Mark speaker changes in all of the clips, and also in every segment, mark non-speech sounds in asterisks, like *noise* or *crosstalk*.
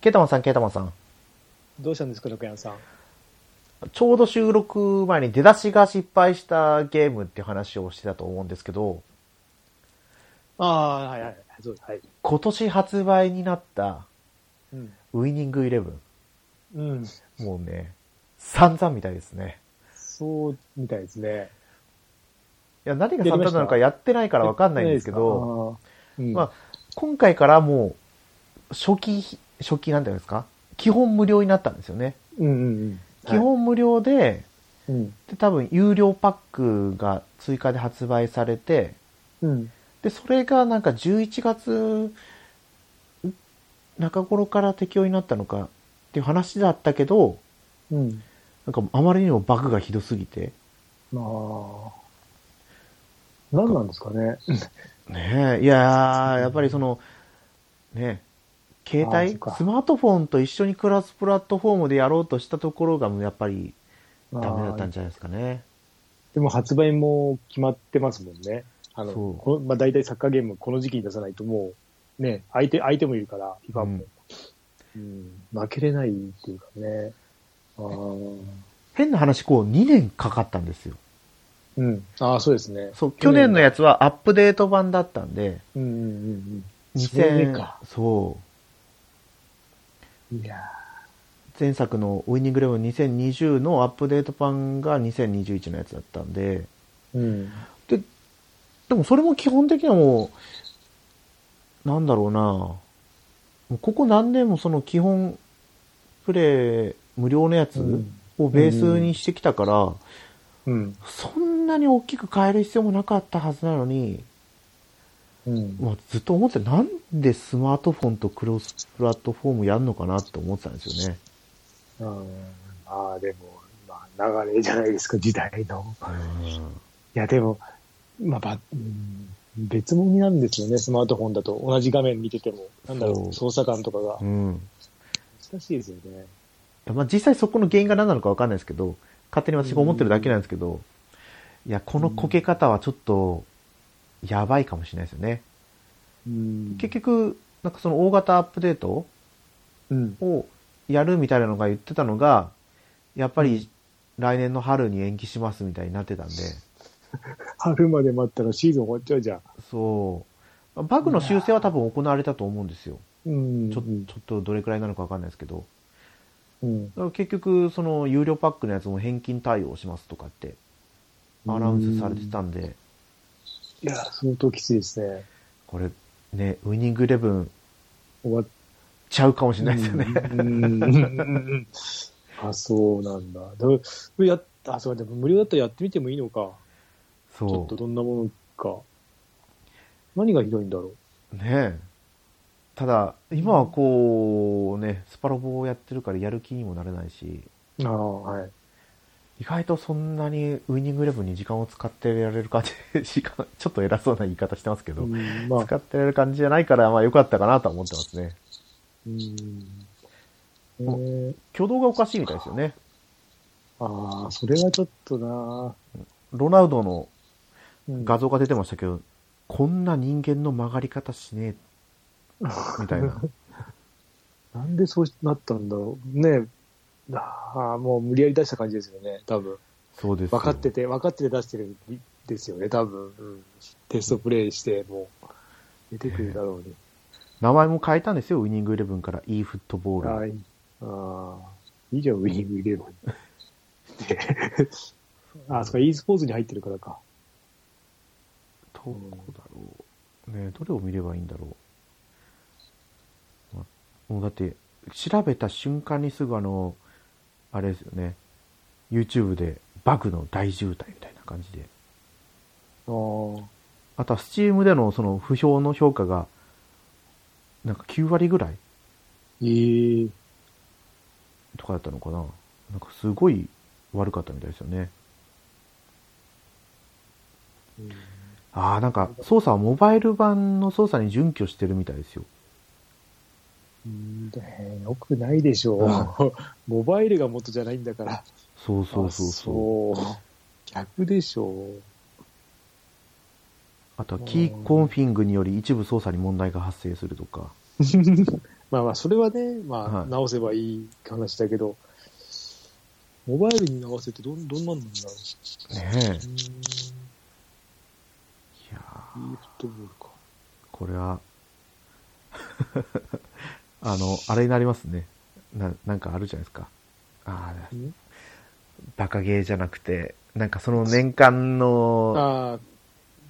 Speaker 1: ケータマンさん、ケータマンさん。
Speaker 2: どうしたんですか、六ンさん。
Speaker 1: ちょうど収録前に出だしが失敗したゲームっていう話をしてたと思うんですけど、
Speaker 2: ああ、はいはい。そうはい。
Speaker 1: 今年発売になった
Speaker 2: うん。
Speaker 1: ウイニングイレブン。
Speaker 2: うん。
Speaker 1: もうね、散々みたいですね。
Speaker 2: そうみたいですね。
Speaker 1: いや、何が散々なのかやってないからわかんないんですけど、
Speaker 2: あー、うん、
Speaker 1: まあ今回からもう、初期、初期なんていうんですか基本無料になったんですよね。
Speaker 2: うんうんうん。
Speaker 1: 基本無料で、
Speaker 2: はい、うん。
Speaker 1: で、多分有料パックが追加で発売されて、
Speaker 2: うん。
Speaker 1: で、それがなんか11月中頃から適用になったのかっていう話だったけど、
Speaker 2: うん。
Speaker 1: なんかあまりにもバグがひどすぎて、
Speaker 2: まあ。何なんですかね。
Speaker 1: ねえ、いやー、やっぱりその、ねえ、携
Speaker 2: あー
Speaker 1: 帯
Speaker 2: そっか
Speaker 1: スマートフォンと一緒に暮らすプラットフォームでやろうとしたところが、やっぱり
Speaker 2: ダ
Speaker 1: ダメだったんじゃないですかね。
Speaker 2: でも発売も決まってますもんね。あの、
Speaker 1: そう
Speaker 2: このまあ、大体サッカーゲームこの時期に出さないともう、ね、相手、相手もいるから、ファンも、うん負けれないっていうかね。あー
Speaker 1: 変な話、こう2年かかったんですよ。
Speaker 2: うん。ああ、そうですね。
Speaker 1: そう、去年のやつはアップデート版だったんで、
Speaker 2: うんうんうん。それ
Speaker 1: 2000
Speaker 2: か。
Speaker 1: そう。
Speaker 2: いや
Speaker 1: 前作のウイニングイレブン2020のアップデート版が2021のやつだったんで、
Speaker 2: ーうん。
Speaker 1: でもそれも基本的にはもう、なんだろうなもうここ何年もその基本プレイ無料のや
Speaker 2: う
Speaker 1: つ
Speaker 2: ん。
Speaker 1: をベースにしてきたから、
Speaker 2: うん。
Speaker 1: そんなに大きく変える必要もなかったはずなのに、
Speaker 2: うん。
Speaker 1: まあ、ずっと思ってなんでスマートフォンとクロスプラットフォームやんのかなって思ってたんですよね。
Speaker 2: うんまあでも、まあ流れじゃないですか、時代の。いやでも、まあば、うん別物になるんですよね、スマートフォンだと。同じ画面見てても。なんだろう、
Speaker 1: そ
Speaker 2: 操作感とかが
Speaker 1: う。ん。
Speaker 2: 難しいですよね。
Speaker 1: いやまあ、実際そこの原因が何なのか分かんないですけど、勝手に私が思ってるだけなんですけど、いや、このこけ方はちょっと、やばいかもしれないですよね。
Speaker 2: うん
Speaker 1: 結局、なんかその大型アップデート
Speaker 2: うん。
Speaker 1: をやるみたいなのが言ってたのが、やっぱり来年の春に延期しますみたいになってたんで、
Speaker 2: 春まで待ったらシーズン終わっちゃうじゃん。
Speaker 1: そう。バグの修正は多分行われたと思うんですよ。
Speaker 2: うん。
Speaker 1: ちょちょっとどれくらいなのか分かんないですけど。
Speaker 2: うん。
Speaker 1: だから結局、その有料パックのやつも返金対応しますとかってアナウンスされてたんで、
Speaker 2: いや、相当きついですね。
Speaker 1: これね、ウイニングイレブン
Speaker 2: 終わっ
Speaker 1: ちゃうかもしれないですよね。
Speaker 2: うんうんうんうんあ、そうなんだ。だからやあ、そうだ、でも無料だったらやってみてもいいのか。ちょっ
Speaker 1: そ
Speaker 2: とどんなものか。何がひどいんだろ
Speaker 1: う。ねえただ、今はこう、ね、スパロボをやってるからやる気にもなれないし、
Speaker 2: う。ああ、はい。
Speaker 1: 意外とそんなにウイニングイレブンに時間を使ってやれる感じ、時間、ちょっと偉そうな言い方してますけど、
Speaker 2: うんまあ、
Speaker 1: 使ってやれる感じじゃないから、まあ良かったかなとは思ってますね。
Speaker 2: うん。えー、
Speaker 1: 挙動がおかしいみたいですよね。
Speaker 2: ああ、それはちょっとな。
Speaker 1: ロナウドの
Speaker 2: うん
Speaker 1: 画像が出てましたけど、こんな人間の曲がり方しねえ、みたいな。
Speaker 2: なんでそうなったんだろう。ねえ。ああ、もう無理やり出した感じですよね、多分。
Speaker 1: そうですよ
Speaker 2: *laughs* 分かってて、分かってて出してるんですよね、多分。うん、テストプレイして、もう、出てくるだろうに。
Speaker 1: 名前も変えたんですよ、ウイニングイレブンから、e フットボール。
Speaker 2: はい。ああ、いいじゃん、ウィニングイレブ
Speaker 1: *laughs*
Speaker 2: ン。であ、そっか、e スポーツに入ってるからか。
Speaker 1: どこだろう。ねえどれを見ればいいんだろう。まもうだって、調べた瞬間にすぐあの、あれですよね、YouTube でバグの大渋滞みたいな感じで。
Speaker 2: ああ。
Speaker 1: あとは Steam でのその不評の評価が、なんか9割ぐらい
Speaker 2: ええ
Speaker 1: とかだったのかな。なんかすごい悪かったみたいですよね。ああ、なんか操作はモバイル版の操作に準拠してるみたいですよ。
Speaker 2: うんねよくないでしょう。 *laughs* モバイルが元じゃないんだから。
Speaker 1: そうそうそうそう。
Speaker 2: あそう逆でしょう。
Speaker 1: あとはキーコンフィングにより一部操作に問題が発生するとか。
Speaker 2: まあまあ、それはね、ま
Speaker 1: は
Speaker 2: あ、
Speaker 1: い
Speaker 2: 直せばいい話だけど、モバイルに直せってどん、どんなんなんだろ。
Speaker 1: ねえ。いう
Speaker 2: うーん、
Speaker 1: やー
Speaker 2: e フットボールか。
Speaker 1: これは、あの、あれになりますね。な、なんかあるじゃないですか。ああ、
Speaker 2: ん
Speaker 1: バカゲーじゃなくて、なんかその年間の、
Speaker 2: ああ、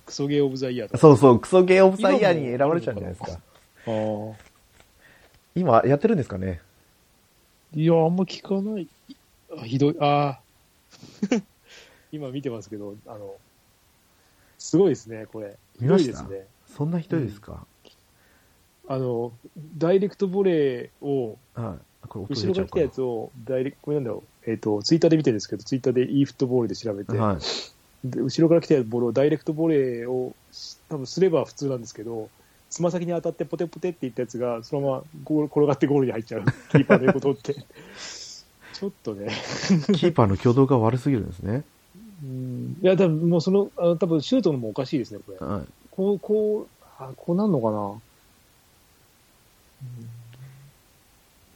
Speaker 2: クソゲーオブザイヤーとか。
Speaker 1: そうそう、クソゲーオブザイヤーに選ばれちゃうんじゃないですか。
Speaker 2: あー
Speaker 1: 今やってるんですかね
Speaker 2: いや、あんま聞かない。あひどい、ああ。 *laughs* 今見てますけど、あの、すごいですね、これ。ひ
Speaker 1: 見
Speaker 2: ど
Speaker 1: ま
Speaker 2: い
Speaker 1: し
Speaker 2: で
Speaker 1: た
Speaker 2: すね。
Speaker 1: そんなひどいですか、
Speaker 2: あの、ダイレクトボレーを、
Speaker 1: はい。これ音
Speaker 2: 後
Speaker 1: 入れ
Speaker 2: ろ
Speaker 1: ちゃ
Speaker 2: が
Speaker 1: う
Speaker 2: 来
Speaker 1: か
Speaker 2: たやつを、ダイレクト、これなんだろう、えっ、と、ツイッターで見てるんですけど、ツイッターで e フットボールで調べて、
Speaker 1: な。はい。
Speaker 2: で後ろから来たボールをダイレクトボレーをし多分すれば普通なんですけど、つま先に当たってポテポテっていったやつが、そのままゴール転がってゴールに入っちゃう、キーパーの横
Speaker 1: *laughs*
Speaker 2: 通って。ちょっとね、
Speaker 1: キーパーの挙動が悪すぎるんですね。
Speaker 2: うんいや、多分もうその、あの多分シュートのもおかしいですね、これ。
Speaker 1: は
Speaker 2: こう、こう、あこうなんのかな。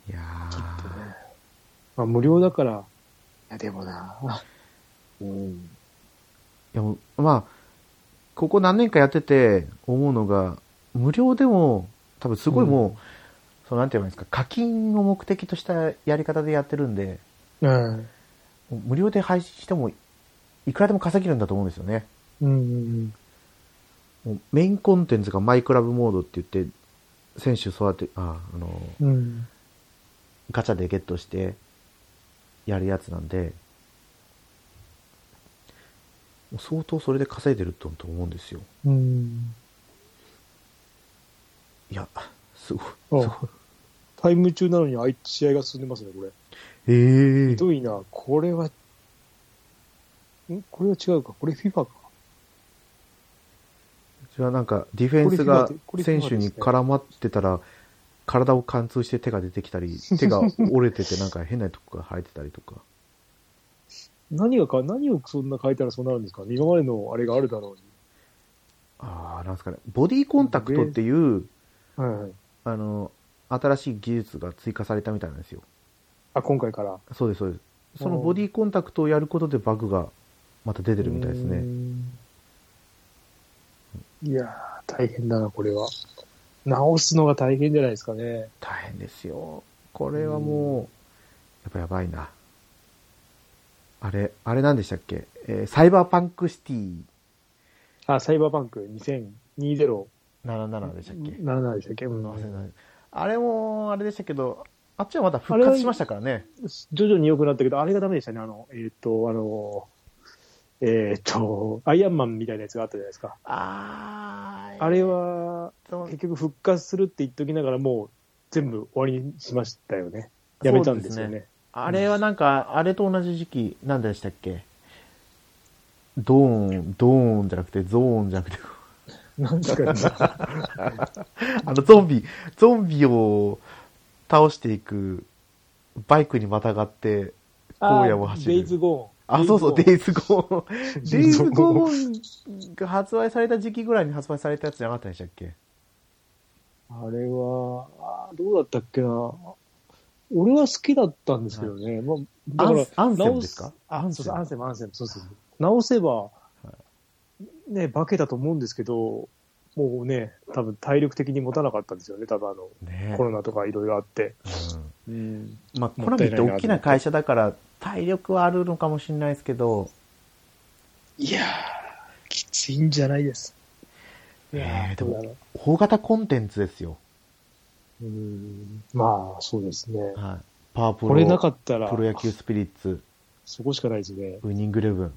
Speaker 1: い。いや
Speaker 2: ちょっと
Speaker 1: ー
Speaker 2: ねまあ、無料だから、いや、でもな、うん、
Speaker 1: いやもうまあ、ここ何年かやってて思うのが、無料でも、多分すごいもう、
Speaker 2: う
Speaker 1: そのなんて言えばいいんですか、課金を目的としたやり方でやってるんで、
Speaker 2: うん。
Speaker 1: もう無料で配信しても、いくらでも稼げるんだと思うんですよね。
Speaker 2: うん。
Speaker 1: もうメインコンテンツがマイクラブモードって言って、選手育て、あ、あの、
Speaker 2: うん。
Speaker 1: ガチャでゲットしてやるやつなんで、もう相当それで稼いでるとと思うんですよ。
Speaker 2: うん。
Speaker 1: いや、すごい。
Speaker 2: あタイム中なのにあい試合が進んでますね、これ。
Speaker 1: ええ
Speaker 2: ひどいな、これは、んこれは違うか、これ FIFA か。
Speaker 1: それはなんか、ディフェンスが
Speaker 2: これフ
Speaker 1: 選
Speaker 2: ィファで
Speaker 1: 手に
Speaker 2: これフィファですね
Speaker 1: 絡まってたら、体を貫通して手が出てきたり、
Speaker 2: *laughs*
Speaker 1: 手が折れててなんか変なとこが生えてたりとか。
Speaker 2: 何がか、何をそんな変えたらそうなるんですか今までのあれがあるだろ
Speaker 1: ああ、なんですかね。ボディコンタクトっていう、
Speaker 2: うに。はいはい。
Speaker 1: あの、新しい技術が追加されたみたいなんですよ。
Speaker 2: あ、今回から。
Speaker 1: そうです、そうです。その
Speaker 2: おー
Speaker 1: ボディコンタクトをやることでバグがまた出てるみたいです
Speaker 2: うー
Speaker 1: ね。
Speaker 2: ん。いやー、大変だな、これは。直すのが大変じゃないですかね。
Speaker 1: 大変ですよ。これはもう、やっぱやばいな。あれ、あれなんでしたっけえーサイバーパンクシティ
Speaker 2: あ、サイバーバンク2020
Speaker 1: 77でしたっけ
Speaker 2: 77でしたっけ、うん
Speaker 1: 忘れないあれも、あれでしたけど、あっちはまだ復活しましたからね。
Speaker 2: 徐々に良くなったけど、あれがダメでしたね。あの、えっ、と、あの、えっ、と、アイアンマンみたいなやつがあったじゃないですか。
Speaker 1: あ
Speaker 2: あれは、
Speaker 1: そう
Speaker 2: 結局復活するって言っときながら、もう全部終わりにしましたよね。やめたんですよ
Speaker 1: そうで
Speaker 2: ね。
Speaker 1: あれはなんか、あれと同じ時期、なんでしたっけドーン、ドーンじゃなくて、ゾーンじゃなくて、
Speaker 2: なんですかね。
Speaker 1: *laughs* あの、ゾンビ、ゾンビを倒していく、バイクにまたがって、 *laughs* 荒野を走る
Speaker 2: デイズゴーン。
Speaker 1: あ、そうそう、デイズゴ
Speaker 2: *laughs*
Speaker 1: ーン。
Speaker 2: ズ
Speaker 1: デイズゴーンが発売された時期ぐらいに発売されたやつじゃなかったでしたっけ
Speaker 2: あれは、あーどうだったっけな。俺は好きだったんですけどね。まあ、
Speaker 1: ア
Speaker 2: だ
Speaker 1: ン
Speaker 2: か
Speaker 1: ア
Speaker 2: ら、
Speaker 1: ンセムですかアン
Speaker 2: そう
Speaker 1: セ
Speaker 2: そう、ア
Speaker 1: ム
Speaker 2: ン。セム、アンセム、そうそうそう。直せば、ね、化けたと思うんですけど、もうね、多分体力的に持たなかったんですよね、多分あの、
Speaker 1: ね
Speaker 2: コロナとかいろいろあって。
Speaker 1: うん
Speaker 2: うん。
Speaker 1: まあ、コ
Speaker 2: も
Speaker 1: ナ
Speaker 2: った
Speaker 1: ミ
Speaker 2: い
Speaker 1: っ
Speaker 2: ないな
Speaker 1: て大きな会社だから、体力はあるのかもしれないですけど、
Speaker 2: いやー、きついんじゃないです。いや
Speaker 1: ねえで
Speaker 2: ー、ど
Speaker 1: も
Speaker 2: うだろ
Speaker 1: 大型コンテンツですよ。
Speaker 2: う。うん。まあ、そうですね。
Speaker 1: はい。パワープロ、
Speaker 2: これなかったら
Speaker 1: プ、ロ野球スピリッツ、
Speaker 2: そこしかないですね。
Speaker 1: ウイニングイレブン。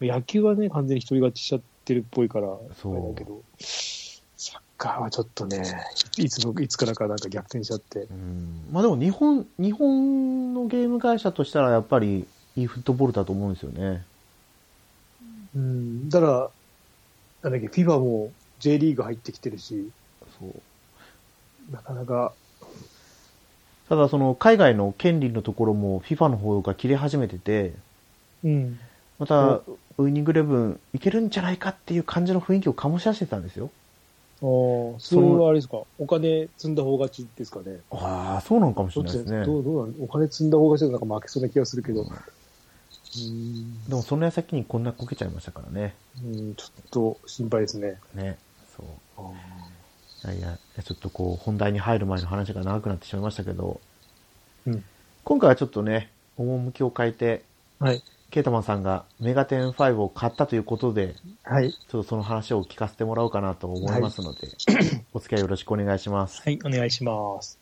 Speaker 2: 野球はね、完全に独り勝ちしちゃってるっぽいから、
Speaker 1: そう
Speaker 2: あれだけど、サッカーはちょっとね、いつの、いつからかなんか逆転しちゃって。
Speaker 1: うん。まあでも日本、日本のゲーム会社としたらやっぱり、いいフットボールだと思うんですよね。
Speaker 2: うん、だから、なんだっけ、FIFA も J リーグ入ってきてるし、
Speaker 1: そう。
Speaker 2: なかなか、
Speaker 1: ただその、海外の権利のところも FIFA の方が切れ始めてて、
Speaker 2: うん。
Speaker 1: また、ウイニングイレブンいけるんじゃないかっていう感じの雰囲気を醸し出してたんですよ。
Speaker 2: ああ、それはあれですか。お金積んだ方勝ちですかね。
Speaker 1: ああ、そうなのかもし
Speaker 2: ど
Speaker 1: れ
Speaker 2: っ
Speaker 1: ない
Speaker 2: ち
Speaker 1: ですね。
Speaker 2: どう、どうなのお金積んだ方勝ちだとなんか負けそうな気がするけど。う
Speaker 1: でもその矢先にこんなこけちゃいましたからね。
Speaker 2: ーん、うんちょっと心配ですね。
Speaker 1: ね。そう。
Speaker 2: あー
Speaker 1: いやいや、ちょっとこう、本題に入る前の話が長くなってしまいましたけど、
Speaker 2: うん。
Speaker 1: 今回はちょっとね、趣を変えて、
Speaker 2: はい。
Speaker 1: ケータマンさんがメガテン5を買ったということで、
Speaker 2: はい。
Speaker 1: ちょっとその話を聞かせてもらおうかなと思いますので、お付き合いよろしくお願いします。
Speaker 2: はい、お願いします。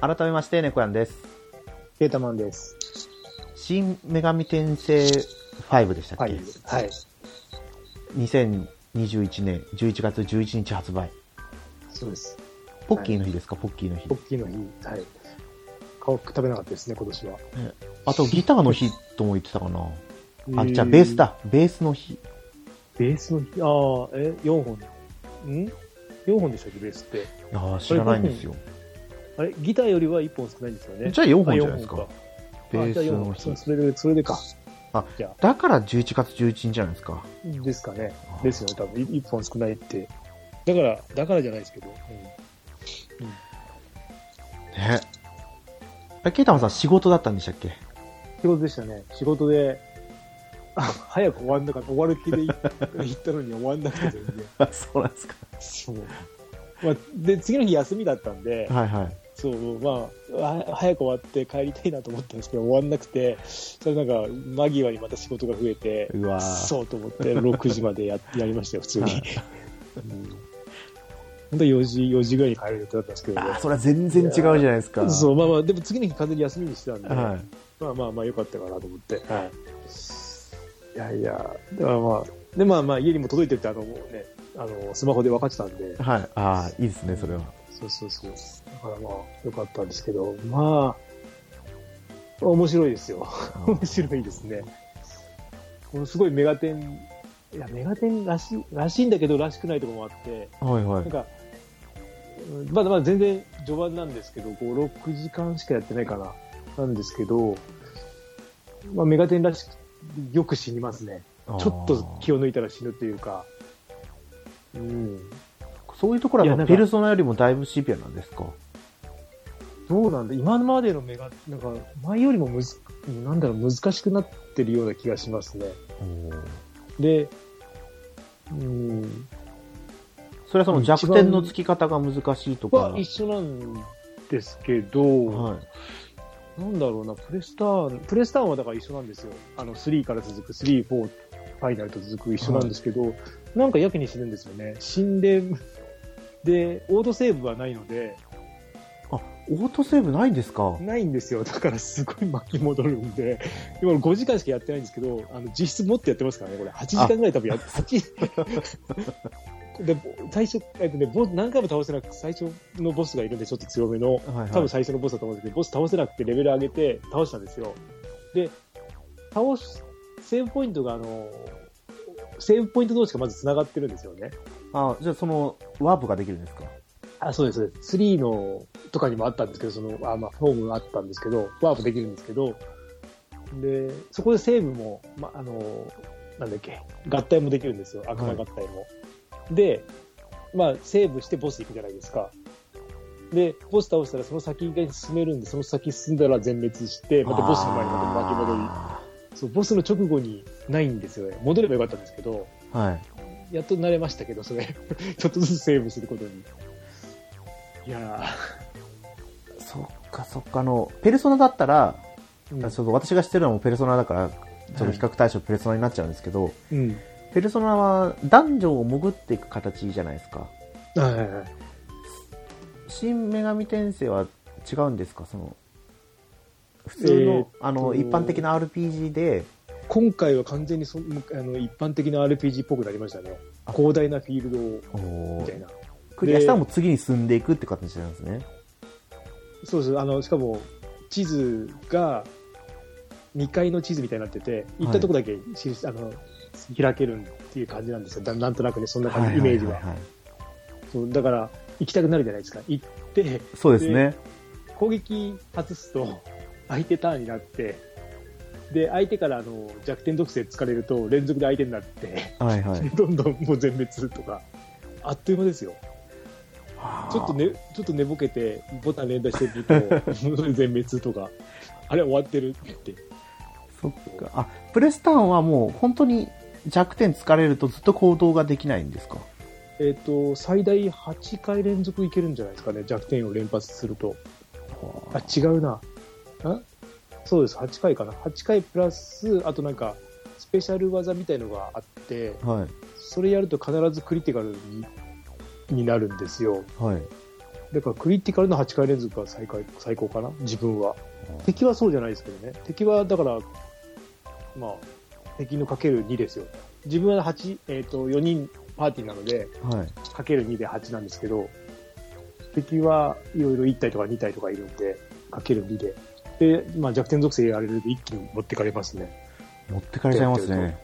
Speaker 1: 改めまして、猫やんです。
Speaker 2: ケータマンです。
Speaker 1: 新女神転生5でしたっけ、
Speaker 2: はい。はい。
Speaker 1: ?2021 年11月11日発売。
Speaker 2: そうです。
Speaker 1: ポッキーの日ですか、ポッキーの日
Speaker 2: ポ。ッキーの日、はい。顔食べなかったですね、今年は。
Speaker 1: あとギターの日とも言ってたかな。あ、
Speaker 2: え
Speaker 1: じゃあベース。だ。ベースの日。
Speaker 2: ベースの日、ああ、え、4本。ん ?4 本でしたっけ、ベースって。
Speaker 1: いやー知らないんですよ。
Speaker 2: あれ、ギターよりは1本少ないんですよね。
Speaker 1: じゃあ4本じゃないですか
Speaker 2: あ四
Speaker 1: ベー
Speaker 2: 本かあじ
Speaker 1: ス
Speaker 2: ゃあ4
Speaker 1: の
Speaker 2: 本。
Speaker 1: 日
Speaker 2: そ。それで、それでか。
Speaker 1: だから11月11日じゃないですか。
Speaker 2: ですかね。ですよね、多分。い一本少ないって。だから、だからじゃないですけど。うん。うん
Speaker 1: ね。え、ケイタマンさん仕事だったんでしたっけ
Speaker 2: 仕事でしたね。仕事で、あ早く終わんなかった。終わる気でい *laughs* 行ったのに終わんなくて全然。
Speaker 1: あ、そうなんですか。
Speaker 2: そう。まあ、で、次の日休みだったんで、
Speaker 1: はいはい。
Speaker 2: そう、まあ、は早く終わって帰りたいなと思ったんですけど、終わんなくて、それなんか、間際にまた仕事が増えて、
Speaker 1: うわぁ。
Speaker 2: そうと思って、6時までや *laughs* やりましたよ、普通に。
Speaker 1: はい
Speaker 2: うん本当は4時、4時ぐらいに帰る予定だったんですけどね、
Speaker 1: あー、それは全然違うじゃないですか。
Speaker 2: そう、まあまあ、でも次の日完全に休みにしてたんで、
Speaker 1: は
Speaker 2: まあまあまあ良かったかなと思って。はい。いやいや、でまあまあ、でまあまあ家にも届いてるってあのもうね、あの、スマホで分かってたんで
Speaker 1: い。、はい。ああ、いいですね、それは。
Speaker 2: そうそうそう。だからまあ良かったんですけど、まあ、面白いですよ。 *laughs* 面白いですね。このすごいメガテン、いや、メガテンらしい、らしいんだけど、らしくないところもあって、
Speaker 1: はいは
Speaker 2: なん
Speaker 1: い。
Speaker 2: か、うんまだまだ全然序盤なんですけど、5、6時間しかやってないかな、なんですけど、まあ、メガテンらしく、よく死にますね。ちょっと気
Speaker 1: を。
Speaker 2: を抜いたら死ぬというか、うん。
Speaker 1: そういうところ
Speaker 2: い
Speaker 1: はま
Speaker 2: やな
Speaker 1: あ
Speaker 2: んか
Speaker 1: ペルソナよりもだいぶシビアなんですか。
Speaker 2: どうなんだ、今までのメガ、なんか、前よりもむず、なんだろう、難しくなってるような気がしますね。
Speaker 1: おー
Speaker 2: で、うん、
Speaker 1: それはその弱点のつき方が難しいとか。
Speaker 2: は
Speaker 1: はい。
Speaker 2: 一緒なんですけど、なんだろうな、プレスターン、プレスターンはだから一緒なんですよ。あの、3から続く、3、4、ファイナルと続く一緒なんですけど、なんかやけに死ぬんですよね。死んで、で、オートセーブはないので、
Speaker 1: オートセーブないんですか
Speaker 2: ないんですよ。だからすごい巻き戻るんで、今5時間しかやってないんですけど、あの、実質もっとやってますからね、これ。8時間ぐらい多分やって、8で、最初、えっとね、ボス何回も倒せなく最初のボスがいるんで、ちょっと強めの。
Speaker 1: はい
Speaker 2: 多
Speaker 1: は
Speaker 2: 分
Speaker 1: い。
Speaker 2: 最初のボスだと思うんですけど、ボス倒せなくてレベル上げて倒したんですよ。で、倒す、セーブポイントがあの、セーブポイント同士がまず繋がってるんですよね。
Speaker 1: あじゃあその、ワープができるんですか
Speaker 2: あ、そうです、そうです。3のとかにもあったんですけど、その、あまあ、フォームがあったんですけど、ワープできるんですけど、で、そこでセーブも、ま、あの、なんだっけ、合体もできるんですよ。悪魔合体も。で、まあ、セーブしてボス行くじゃないですか。で、ボス倒したらその先に進めるんで、その先進んだら全滅して、またボスの前にまた巻き戻り。そう、ボスの直後にないんですよね。戻ればよかったんですけど、
Speaker 1: り。はい。
Speaker 2: やっと慣れましたけど、それ。 *laughs* ちょっとずつセーブすることに。いや
Speaker 1: そっかそっか、あの、ペルソナだったら、
Speaker 2: ー。
Speaker 1: ちょっと私が知ってるのはもうペルソナだから、ちょっと比較対象ペルソナになっちゃうんですけど、
Speaker 2: うん。
Speaker 1: ペルソナはダンジョンを潜っていく形じゃないですか。
Speaker 2: はいはいはい。
Speaker 1: 新女神転生は違うんですかその、普通の、
Speaker 2: えーっ
Speaker 1: あの、一般的な RPG で、
Speaker 2: 今回は完全にそむあの一般的な RPG っぽくなりましたね。
Speaker 1: あ
Speaker 2: 広大なフィールドを、みたいな。
Speaker 1: クリアしたらもう次に進んでいくって形なんですね。
Speaker 2: そうです。あの、しかも、地図が、 2階の地図みたいになってて、行ったとこだけし、あの開けるっていう感じなんですよ。だなんとなくね、そんな感じ、イメージは。
Speaker 1: はい。
Speaker 2: そうだから、行きたくなるじゃないですか。行って、
Speaker 1: そうですね。
Speaker 2: 攻撃外すと、相手ターンになって、で、相手からあの弱点属性疲れると、連続で相手になって、 *laughs*
Speaker 1: はいはい。
Speaker 2: どんどんもう全滅するとか、あっという間ですよ。ちょっとね、ちょっと寝ぼけて、ボタン連打してると、 *laughs* 全滅とか、あれ終わってるって。
Speaker 1: そっか。あ、プレスターンはもう本当に弱点疲れるとずっと行動ができないんですか
Speaker 2: えっ、と、最大8回連続いけるんじゃないですかね、弱点を連発すると。あ、違うな。あそうです、8回かな。8回プラス、あとなんか、スペシャル技みたいのがあって、
Speaker 1: はい。
Speaker 2: それやると必ずクリティカルにになるんですよ。
Speaker 1: はい。
Speaker 2: だからクリティカルの8回連続が最下位最高かな、自分は。敵はそうじゃないですけどね。敵は、だから、まあ、敵のかける2ですよ。自分は8、えっ、と、4人パーティーなので、
Speaker 1: はい。
Speaker 2: かける2で8なんですけど、敵はいろいろ1体とか2体とかいるんで、かける2で。で、まあ弱点属性やられると一気に持ってかれますね。
Speaker 1: 持ってかれちゃいますね。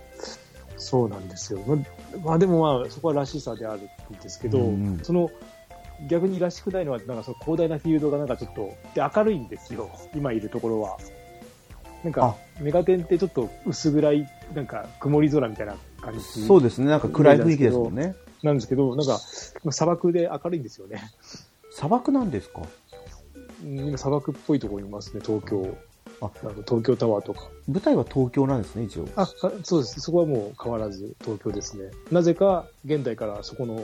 Speaker 2: そうなんですよ。まあ、まあでもまあそこはらしさであるんですけど、
Speaker 1: うんうん
Speaker 2: その逆にらしくないのは、なんかその広大なフィールドがなんかちょっと、で明るいんですよ。今いるところは。なんか、メガテンってちょっと薄暗い、なんか曇り空みたいな感じ
Speaker 1: そうですね。なんか暗い雰囲気ですもんね。
Speaker 2: なんですけど、なんか砂漠で明るいんですよね。
Speaker 1: 砂漠なんですか
Speaker 2: うん今砂漠っぽいところにいますね、東京。
Speaker 1: あ
Speaker 2: なんか東京タワーとか。
Speaker 1: 舞台は東京なんですね、一応。
Speaker 2: あ、かそうです。そこはもう変わらず東京ですね。なぜか現代からそこの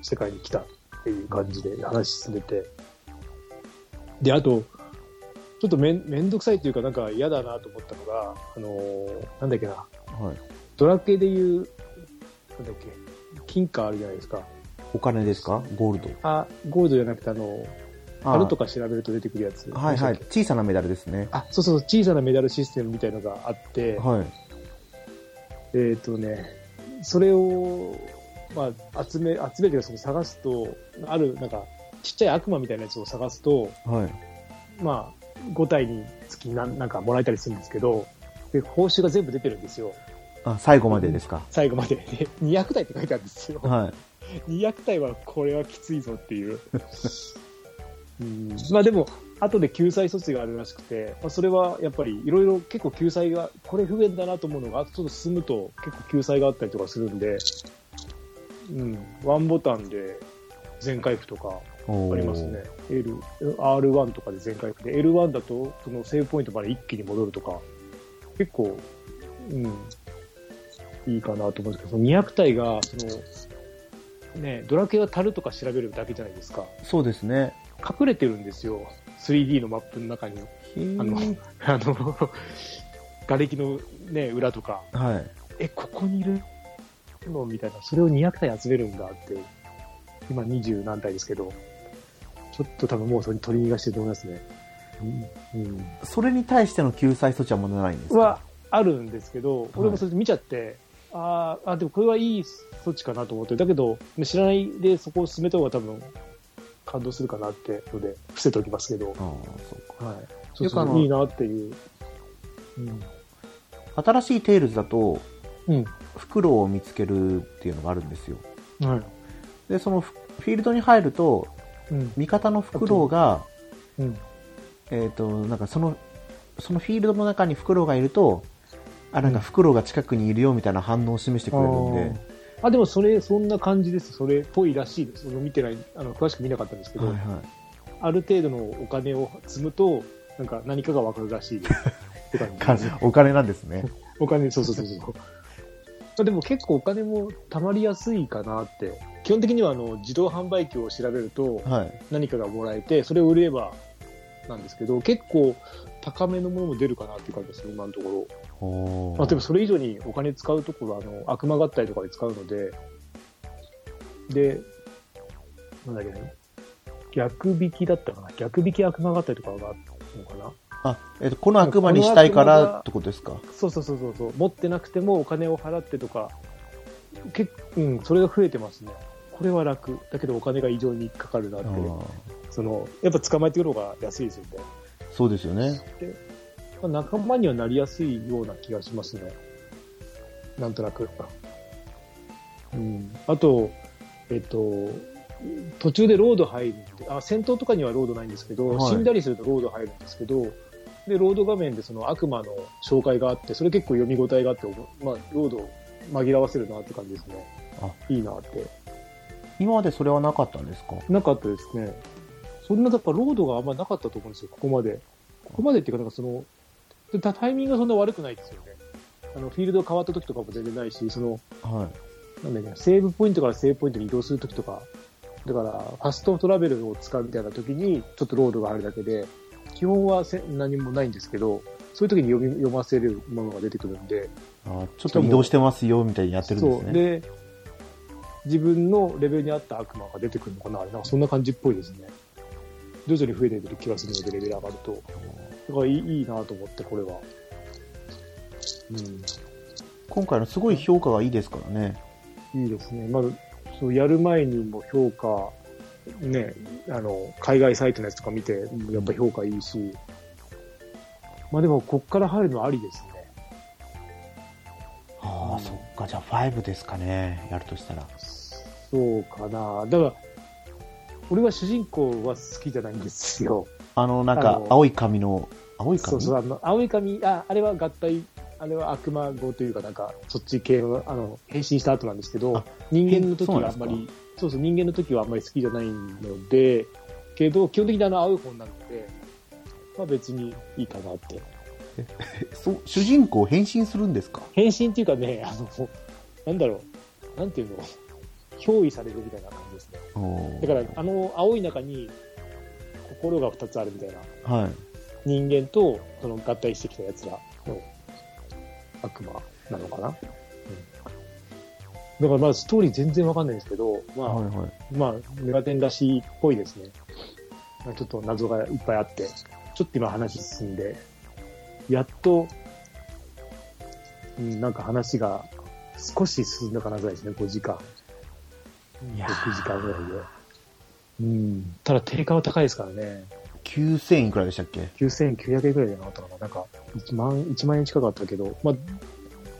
Speaker 2: 世界に来たっていう感じで話進めて。で、あと、ちょっとめんめんどくさいというかなんか嫌だなと思ったのが、あのーなんだっけな、
Speaker 1: はい。
Speaker 2: ドラクエでいう、なんだっけ、金貨あるじゃないですか。
Speaker 1: お金ですかゴール
Speaker 2: あ、ゴールドじゃなくてあの、
Speaker 1: ド。
Speaker 2: あるとか調べると出てくるやつ。
Speaker 1: はいはい。
Speaker 2: なんだっけ。
Speaker 1: 小さなメダルですね。
Speaker 2: あ、そうそう、小さなメダルシステムみたいのがあって、
Speaker 1: はい。
Speaker 2: えっ、とね、それを、まあ、集め、集めてその探すと、ある、なんか、ちっちゃい悪魔みたいなやつを探すと、
Speaker 1: はい。
Speaker 2: まあ、5体につきなんなんかもらえたりするんですけど、で、報酬が全部出てるんですよ。
Speaker 1: あ、最後までですか。
Speaker 2: 最後まで。で、200体って書いてあるんですよ。
Speaker 1: はい。
Speaker 2: 200体はこれはきついぞっていう。 *laughs* うんまあでも、後で救済措置があるらしくて、まあ、それはやっぱりいろいろ結構救済が、これ不便だなと思うのが、あとちょっと進むと結構救済があったりとかするんで、うん、ワンボタンで全回復とか
Speaker 1: お
Speaker 2: あ
Speaker 1: ー
Speaker 2: りますね。L、R1 とかで全回復で、L1 だとそのセーブポイントまで一気に戻るとか、結構、うん、いいかなと思うんですけど、その200体が、その、ね、ドラクエは樽とか調べるだけじゃないですか。
Speaker 1: そうですね。
Speaker 2: 隠れてるんですよ。3D のマップの中に。あの、 *laughs* あの、瓦礫のね、裏とか、
Speaker 1: はい。
Speaker 2: え、ここにいるのみたいな、それを200体集めるんだって、今20何体ですけど、ちょっと多分もうそれに取り逃がしてると思いますね。うん。
Speaker 1: それに対しての救済措置はまだないんですか
Speaker 2: は、あるんですけど、俺もそれ見ちゃって、あーあ、でもこれはいい措置かなと思って、だけど、知らないでそこを進めた方が多分、感動するかなってので、伏せておきますけど
Speaker 1: あ、あ、そうか。
Speaker 2: はい。そう
Speaker 1: よくあ
Speaker 2: そ
Speaker 1: の
Speaker 2: ういいなっていう。うん。
Speaker 1: 新しいテイルズだと、
Speaker 2: うん。
Speaker 1: フクロウを見つけるっていうのがあるんですよ。
Speaker 2: はい。
Speaker 1: で、そのフフィールドに入ると、
Speaker 2: うん。
Speaker 1: 味方のフクロウが、
Speaker 2: うん。
Speaker 1: えっ、と、なんかその、そのフィールドの中にフクロウがいると、あ、なんかフクロウが近くにいるよみたいな反応を示してくれるんで、
Speaker 2: あーあでもそれ、そんな感じです。それっぽいらしいです。その見てない、あの、詳しく見なかったんですけど、
Speaker 1: はいはい。
Speaker 2: ある程度のお金を積むと、なんか何かがわかるらし
Speaker 1: *laughs*
Speaker 2: いです。って感じ
Speaker 1: かお金なんですね。
Speaker 2: お金、そうそうそうそう。まあでも結構お金も貯まりやすいかなって。基本的にはあの自動販売機を調べると
Speaker 1: はい。
Speaker 2: 何かがもらえて、それを売ればなんですけど、結構高めのものも出るかなっていう感じですね、今のところ。
Speaker 1: お
Speaker 2: まあ、でもそれ以上にお金使うところはあの悪魔合体とかで使うので、で、なんだっけね、逆引きだったかな逆引き悪魔合体とかがあったのかな
Speaker 1: あ、えっ、と、この悪魔にしたいからってことですか
Speaker 2: そうそうそうそうそう、持ってなくてもお金を払ってとか、けうん、それが増えてますね。これは楽。だけどお金が異常にかかるなって
Speaker 1: あ。ー
Speaker 2: その、やっぱ捕まえてくる方が安いですよね。
Speaker 1: そうですよね。
Speaker 2: まあ仲間にはなりやすいような気がしますね。なんとなく。うん。あと、えっと、途中でロード入るってあ、戦闘とかにはロードないんですけど、
Speaker 1: はい
Speaker 2: 死んだりするとロード入るんですけど、で、ロード画面でその悪魔の紹介があって、それ結構読み応えがあって、おもまあ、ロードを紛らわせるなって感じですね。
Speaker 1: あ
Speaker 2: いいなって。
Speaker 1: 今までそれはなかったんですか
Speaker 2: なかったですね。そんな、やっぱロードがあんまなかったと思うんですよ、ここまで。ここまでっていうか、なんかその、でたタイミングがそんな悪くないですよね。あの、フィールド変わった時とかも全然ないし、その、
Speaker 1: はい。
Speaker 2: なんだっけな、セーブポイントからセーブポイントに移動する時とか、だから、ファストトラベルを使うみたいな時に、ちょっとロードがあるだけで、基本はせ何もないんですけど、そういう時に読み読ませるものが出てくるんで、
Speaker 1: あちょっと移動してますよ、みたいにやってるんです
Speaker 2: そ
Speaker 1: ね。
Speaker 2: う。で、自分のレベルに合った悪魔が出てくるのかなあれなんかそんな感じっぽいですね。徐々に増えている気がするので、レベル上がると。だからいいいいなと思って、これは。う
Speaker 1: 今回のすごい評価がいいですからね。
Speaker 2: ん。いいですね。まず、そのやる前にも評価、ね、あの、海外サイトのやつとか見て、やっぱ評価いいし。まあでも、こっから入るのはありですね。
Speaker 1: ああ、そっか。じゃあ5ですかね。やるとしたら。
Speaker 2: そうかな。だから、俺は主人公は好きじゃないんですよ。
Speaker 1: あの、なん
Speaker 2: あ
Speaker 1: か、
Speaker 2: の
Speaker 1: 青い髪の、青い髪
Speaker 2: そうそう、あの、青い髪、あ、あれは合体、あれは悪魔語というか、なんか、そっち系の、あの、変身した後なんですけど
Speaker 1: あ、
Speaker 2: 人間の時
Speaker 1: そうなんで
Speaker 2: はあん
Speaker 1: すか
Speaker 2: まり、そうそう、人間の時はあんまり好きじゃないので、けど、基本的にあの、青い方なので、まあ別にいいかなって。
Speaker 1: そう主人公変身するんですか
Speaker 2: 変身っていうかね、あの、なんだろう、なんていうの、憑依されるみたいな感じですね。だから、あの、青い中に、心が2つあるみたいな。
Speaker 1: ら、はい。
Speaker 2: 人間とその合体してきた奴らの悪魔なのかな、うん、だからまだストーリー全然わかんないんですけど、まあ、
Speaker 1: はいはい。
Speaker 2: まあ、メガテンらしいっぽいですね。まあちょっと謎がいっぱいあって、ちょっと今話進んで、やっと、うん、なんか話が少し進んだかなぐらいですね、5時間、
Speaker 1: いや
Speaker 2: 6時間ぐらいで。うん、ただ定価は高いですからね。
Speaker 1: 9000いくらでしたっけ
Speaker 2: 9900円くらいじゃなかったかな。なんか、1万、1万円近かったけど、まあ、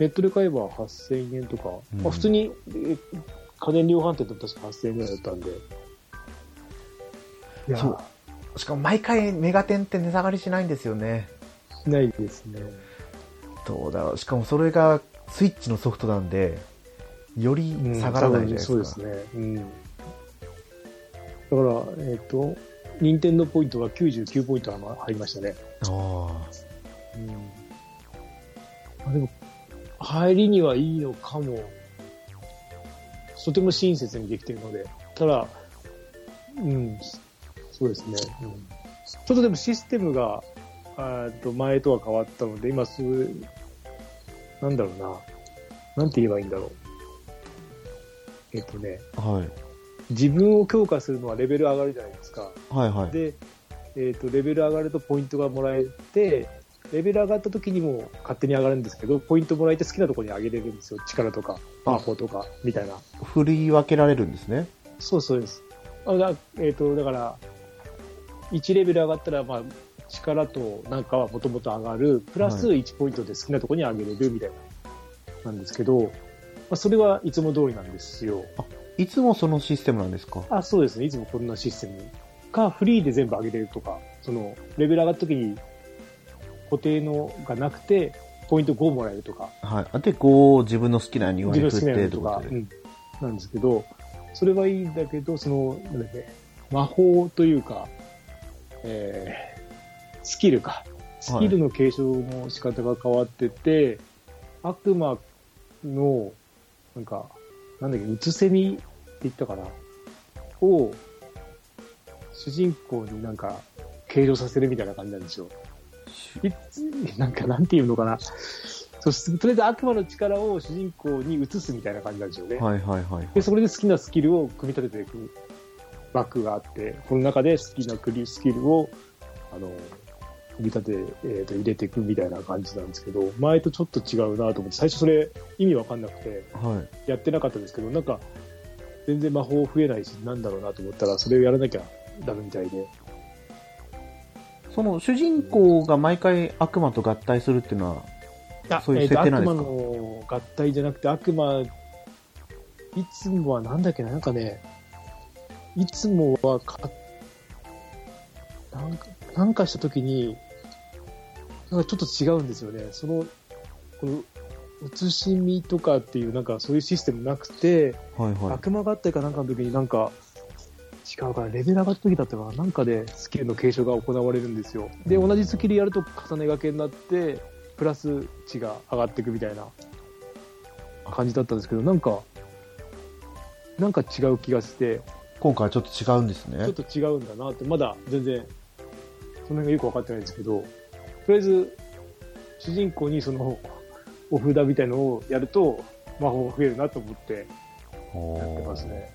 Speaker 2: ネットで買えば8000円とか、
Speaker 1: うん
Speaker 2: まあ普通に、え家電量販店だったし8000円ぐらいだったんで。いや
Speaker 1: そうしかも毎回メガテンって値下がりしないんですよね。
Speaker 2: しないですね。
Speaker 1: どうだろう。しかもそれがスイッチのソフトなんで、より下がらないじゃないですか。
Speaker 2: うんそうですね。うん。だから、えっ、と、任天堂ポイントが99ポイント入りましたね。
Speaker 1: あ
Speaker 2: あでも、入りにはいいのかも。とても親切にできているので。ただ、うん、そうですね。うん、ちょっとでもシステムが、あーっと前とは変わったので、今すぐ、なんだろうな。なんて言えばいいんだろう。えっとね、
Speaker 1: あ。はい。
Speaker 2: 自分を強化するのはレベル上がるじゃないですか。
Speaker 1: はいはい。
Speaker 2: で、えっとレベル上がるとポイントがもらえてレベル上がった時にも勝手に上がるんですけどポイントもらえて好きなところに上げれるんですよ力とか
Speaker 1: あ
Speaker 2: 魔法とかみたいな
Speaker 1: 振り分けられるんですね。
Speaker 2: そうそうですあだ,、えっとだから1レベル上がったら、まあ、力となんかはもともと上がるプラス
Speaker 1: は
Speaker 2: 1ポイントで好きなところに上げれるみたいな、なんですけど、まあ、それはいつも通りなんですよ
Speaker 1: いつもそのシステムなんですか
Speaker 2: あ、そうですね。いつもこんなシステム。か、フリーで全部上げれるとか、その、レベル上がった時に、固定のがなくて、ポイント5もらえるとか、
Speaker 1: はい。で、5を自分の好きなように
Speaker 2: 自分の好
Speaker 1: 振
Speaker 2: き
Speaker 1: っ
Speaker 2: な
Speaker 1: て
Speaker 2: やつ
Speaker 1: と
Speaker 2: と
Speaker 1: か
Speaker 2: か
Speaker 1: っ、て
Speaker 2: う
Speaker 1: こ
Speaker 2: ん、なんですけど、それはいいんだけど、その、なんだっけ、魔法というか、えー、スキルか。スキルの継承も仕方が変わってて、悪魔の、なんか、なんだっけ、うつせみって言ったかなを、主人公になんか、継承させるみたいな感じなんですよ。いつなんか、なんていうのかな。そして、とりあえず悪魔の力を主人公に移すみたいな感じなんですよね。
Speaker 1: とで。はいはいはいはい。
Speaker 2: で、それで好きなスキルを組み立てていくバックがあって、この中で好きなクリスキルを、あの、組み立て、えーと入れていくみたいな感じなんですけど、前とちょっと違うなと思って、最初それ意味わかんなくて、
Speaker 1: はい。
Speaker 2: やってなかったんですけど、なんか、全然魔法増えないし、なんだろうなと思ったら、それをやらなきゃダメみたいで。
Speaker 1: その主人公が毎回悪魔と合体するっていうのは、
Speaker 2: あ
Speaker 1: そういう設定なんですか
Speaker 2: えーと悪魔の合体じゃなくて、悪魔、いつもはなんだっけな、なんかね、いつもはか、なんか、なんかしたときに、なんかちょっと違うんですよね。その、この、写しみとかっていう、なんかそういうシステムなくて、
Speaker 1: はいはい。
Speaker 2: 悪魔合体かなんかの時になんか、違うから、レベル上がった時だったかな、なんかでスキルの継承が行われるんですよ。で、同じスキルやると重ね掛けになって、プラス値が上がっていくみたいな感じだったんですけど、なんか、なんか違う気がして、
Speaker 1: 今回はちょっと違うんです
Speaker 2: ち
Speaker 1: ね
Speaker 2: ょっ。と違うんだなって、まだ全然、その辺がよく分かってないんですけど、とりあえず、主人公にその、お札みたいのをやると、魔法が増えるなと思って、やってますね。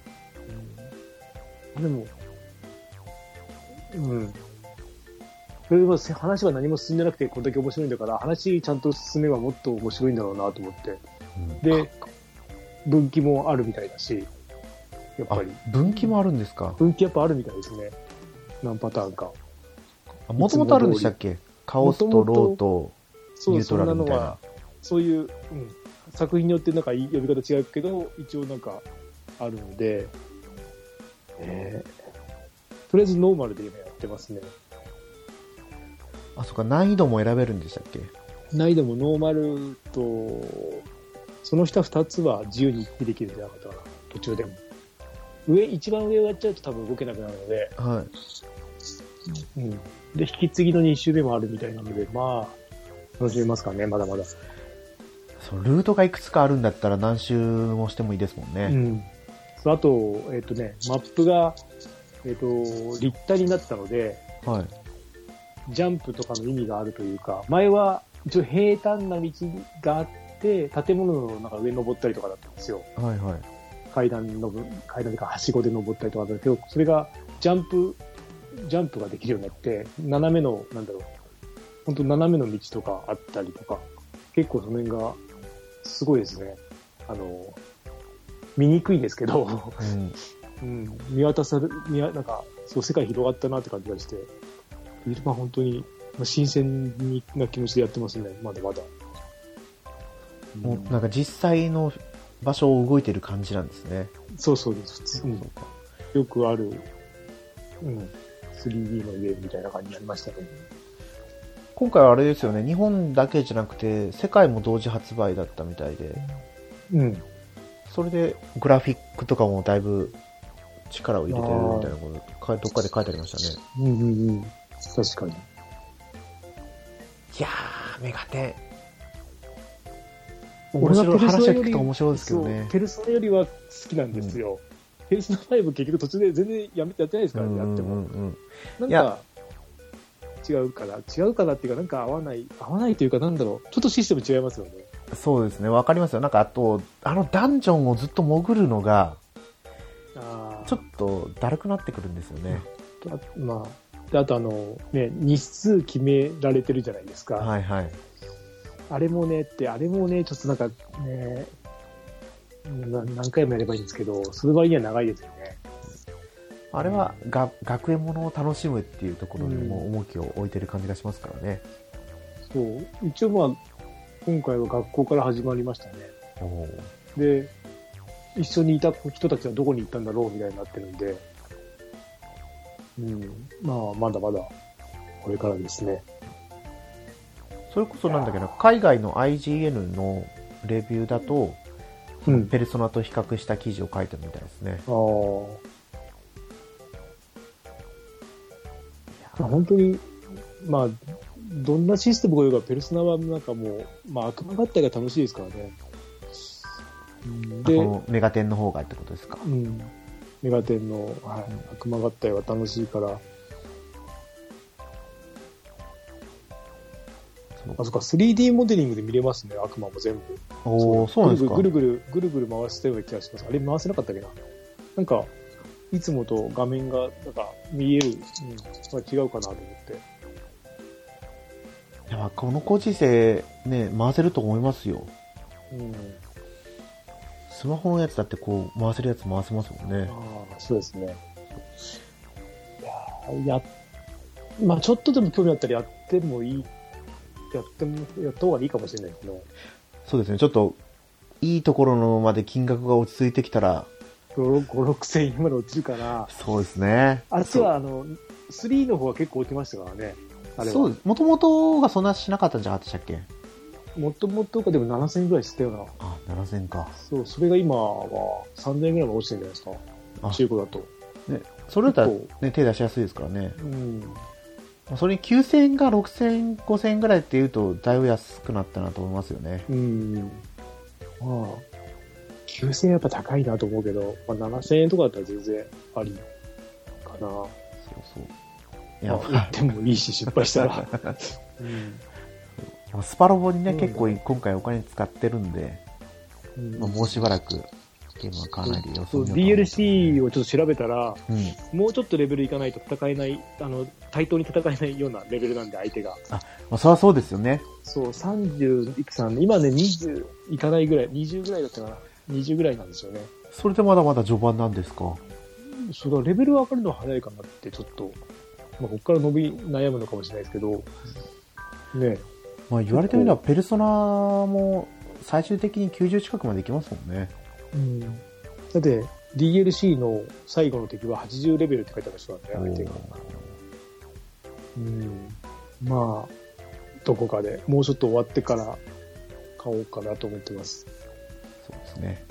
Speaker 2: でも、うん。それでもせ話は何も進んでなくて、これだけ面白いんだから、話ちゃんと進めばもっと面白いんだろうなと思って。
Speaker 1: うん
Speaker 2: で、分岐もあるみたいだし、やっ
Speaker 1: あ
Speaker 2: ぱり。、
Speaker 1: 分岐もあるんですか
Speaker 2: 分岐やっぱあるみたいですね。何パターンか。
Speaker 1: もともとあるんでしたっけカオスとローと
Speaker 2: そ
Speaker 1: ニュー
Speaker 2: う、
Speaker 1: ト
Speaker 2: そ
Speaker 1: ラ
Speaker 2: んな
Speaker 1: ルみ
Speaker 2: の
Speaker 1: たい
Speaker 2: は
Speaker 1: な、。
Speaker 2: そういう、うん、作品によってなんか呼び方違うけど、一応なんかあるので、えーとりあえずノーマルで今やってますね。
Speaker 1: あ、そっか、難易度も選べるんでしたっけ
Speaker 2: 難易度もノーマルと、その下2つは自由に行き来できるんじゃなかったかな、途中でも。上、一番上をやっちゃうと多分動けなくなるので、
Speaker 1: はい。
Speaker 2: うん。で、引き継ぎの2周目もあるみたいなので、まあ、楽しめますからね、まだまだ。
Speaker 1: そのルートがいくつかあるんだったら何周もしてもいいですもん
Speaker 2: う
Speaker 1: ね。
Speaker 2: ん。そうあと、えっ、とね、マップが、えっ、と、立体になったので、
Speaker 1: はい。
Speaker 2: ジャンプとかの意味があるというか、前は一応平坦な道があって、建物のなんか上登ったりとかだったんですよ。
Speaker 1: はいはい。
Speaker 2: 階段のぶ、階段とかはしごで登ったりとかだったけど、それがジャンプ、ジャンプができるようになって、斜めの、なんだろう、本当斜めの道とかあったりとか、結構その辺が、すごいですね。あの、見にくいんですけど、 *laughs*
Speaker 1: うん。
Speaker 2: うん、見渡され、見わなんか、そう、世界広がったなって感じがして、ビルマ本当に、まあ新鮮にな気持ちでやってますね、まだまだ。
Speaker 1: も
Speaker 2: うん
Speaker 1: うなんか実際の場所を動いてる感じなんですね。
Speaker 2: そうそうです、普通うんよくある、うん、3D のゲームみたいな感じになりましたね。
Speaker 1: 今回はあれですよね、日本だけじゃなくて、世界も同時発売だったみたいで、
Speaker 2: うん。
Speaker 1: それでグラフィックとかもだいぶ力を入れてるみたいなこと、かどっかで書いてありましたね。
Speaker 2: うんうんうん。確かに。
Speaker 1: いやー、メガテン。
Speaker 2: 俺
Speaker 1: 面白
Speaker 2: は
Speaker 1: い
Speaker 2: ペルソナ
Speaker 1: 話
Speaker 2: よ
Speaker 1: は
Speaker 2: り
Speaker 1: 聞くと面白いですけど
Speaker 2: そ
Speaker 1: ね
Speaker 2: う、。ペルソナよりは好きなんですよ。ペルソナ5結局途中で全然やめてやってないですからね、やっても。
Speaker 1: うんうんうん
Speaker 2: なん
Speaker 1: い
Speaker 2: か
Speaker 1: や、
Speaker 2: 違うから、違うからっていうか、なんか合わない、合わないというか、なんだろう、ちょっとシステム違いますよね。
Speaker 1: そうですね、わかりますよ。なんかあと、あのダンジョンをずっと潜るのが、
Speaker 2: あー
Speaker 1: ちょっとだるくなってくるんですよね。
Speaker 2: あまあ、であとあの、ね、日数決められてるじゃないですか。
Speaker 1: はいはい。
Speaker 2: あれもねって、あれもね、ちょっとなんかね、な何回もやればいいんですけど、その場合には長いですよね。
Speaker 1: あれはが学園ものを楽しむっていうところにも
Speaker 2: う
Speaker 1: 重きを置いてる感じがしますからね。
Speaker 2: そう。一応まあ、今回は学校から始まりましたね。
Speaker 1: おー
Speaker 2: で、一緒にいた人たちはどこに行ったんだろうみたいになってるんで、うん。まあ、まだまだ、これからですね。
Speaker 1: それこそなんだけど、海外の IGN のレビューだと、
Speaker 2: うん。
Speaker 1: ペルソナと比較した記事を書いてるみたいですね。
Speaker 2: ああ。まあ本当に、まあ、どんなシステムがようが、ペルソナはなんかもう、まあ、悪魔合体が楽しいですからね。うん
Speaker 1: あこ
Speaker 2: で、
Speaker 1: のメガテンの方がってことですか。
Speaker 2: うん、メガテンの、はい、悪魔合体は楽しいから、
Speaker 1: そう
Speaker 2: あそっか、3D モデリングで見れますね、悪魔も全部。
Speaker 1: おお、そうなんですか。
Speaker 2: ぐるぐる、ぐるぐるぐる回したような気がします。あれ回せなかったっけな。なんか、いつもと画面が、なんか、見える、うん、まあ違うかなと思って。
Speaker 1: いやこのご時世、ね、回せると思いますよ。
Speaker 2: うん。
Speaker 1: スマホのやつだってこう、回せるやつ回せますもんね。
Speaker 2: ああ、そうですね。いやーやっまあ、ちょっとでも興味あったらやってもいい、やっても、やった方がいいかもしれないけど、
Speaker 1: そうですね、ちょっと、いいところのまで金額が落ち着いてきたら、
Speaker 2: 5、6 6000円まで落ちるから、
Speaker 1: そうですね。
Speaker 2: あっちは、あの、3の方は結構落ちましたからね。あれは。
Speaker 1: そうです。もともとがそんなしなかったんじゃなかったでしたっけ
Speaker 2: もともとかでも7000円ぐらいしたよな。
Speaker 1: あ、7000か。
Speaker 2: そう、それが今は3000円ぐらいまで落ちてるんじゃないです
Speaker 1: あ
Speaker 2: か。中古だと。
Speaker 1: それだったら、
Speaker 2: 結
Speaker 1: ね、手出しやすいですからね。
Speaker 2: うん。
Speaker 1: それに9000円が6000円、5000円ぐらいっていうと、だいぶ安くなったなと思いますよね。
Speaker 2: うん。まあ、9000円やっぱ高いなと思うけど、まあ、7000円とかだったら全然ありかな。
Speaker 1: そうそう。い
Speaker 2: い
Speaker 1: や、
Speaker 2: や、売ってもいいし、失敗した
Speaker 1: *laughs*
Speaker 2: ら。うん
Speaker 1: スパロボにね、
Speaker 2: うん
Speaker 1: 結構今回お金使ってるんで、
Speaker 2: うん
Speaker 1: まあ、もうしばらくゲームはかなり予
Speaker 2: そ
Speaker 1: 想
Speaker 2: う DLC
Speaker 1: を。
Speaker 2: をちょっと調べたら、
Speaker 1: うん。
Speaker 2: もうちょっとレベルいかないと戦えない、あの、対等に戦えないようなレベルなんで、相手が。
Speaker 1: まあ、そりゃそうですよね。
Speaker 2: そう、30いくつなんで、今ね、20いかないぐらい、20ぐらいだったかな。20ぐらいなんですよね。
Speaker 1: それでまだまだ序盤なんですか。
Speaker 2: それはレベルが上がるのは早いかなって、ちょっと、まあ、こっから伸び悩むのかもしれないですけど、ね、
Speaker 1: まあ、言われてみれば、ペルソナも最終的に90近くまでいきますもんね。
Speaker 2: うん、だって、DLC の最後の敵は80レベルって書いてある人なんで、相手が。うん、まあ、どこかで、もうちょっと終わってから買おうかなと思ってます。
Speaker 1: そうですね。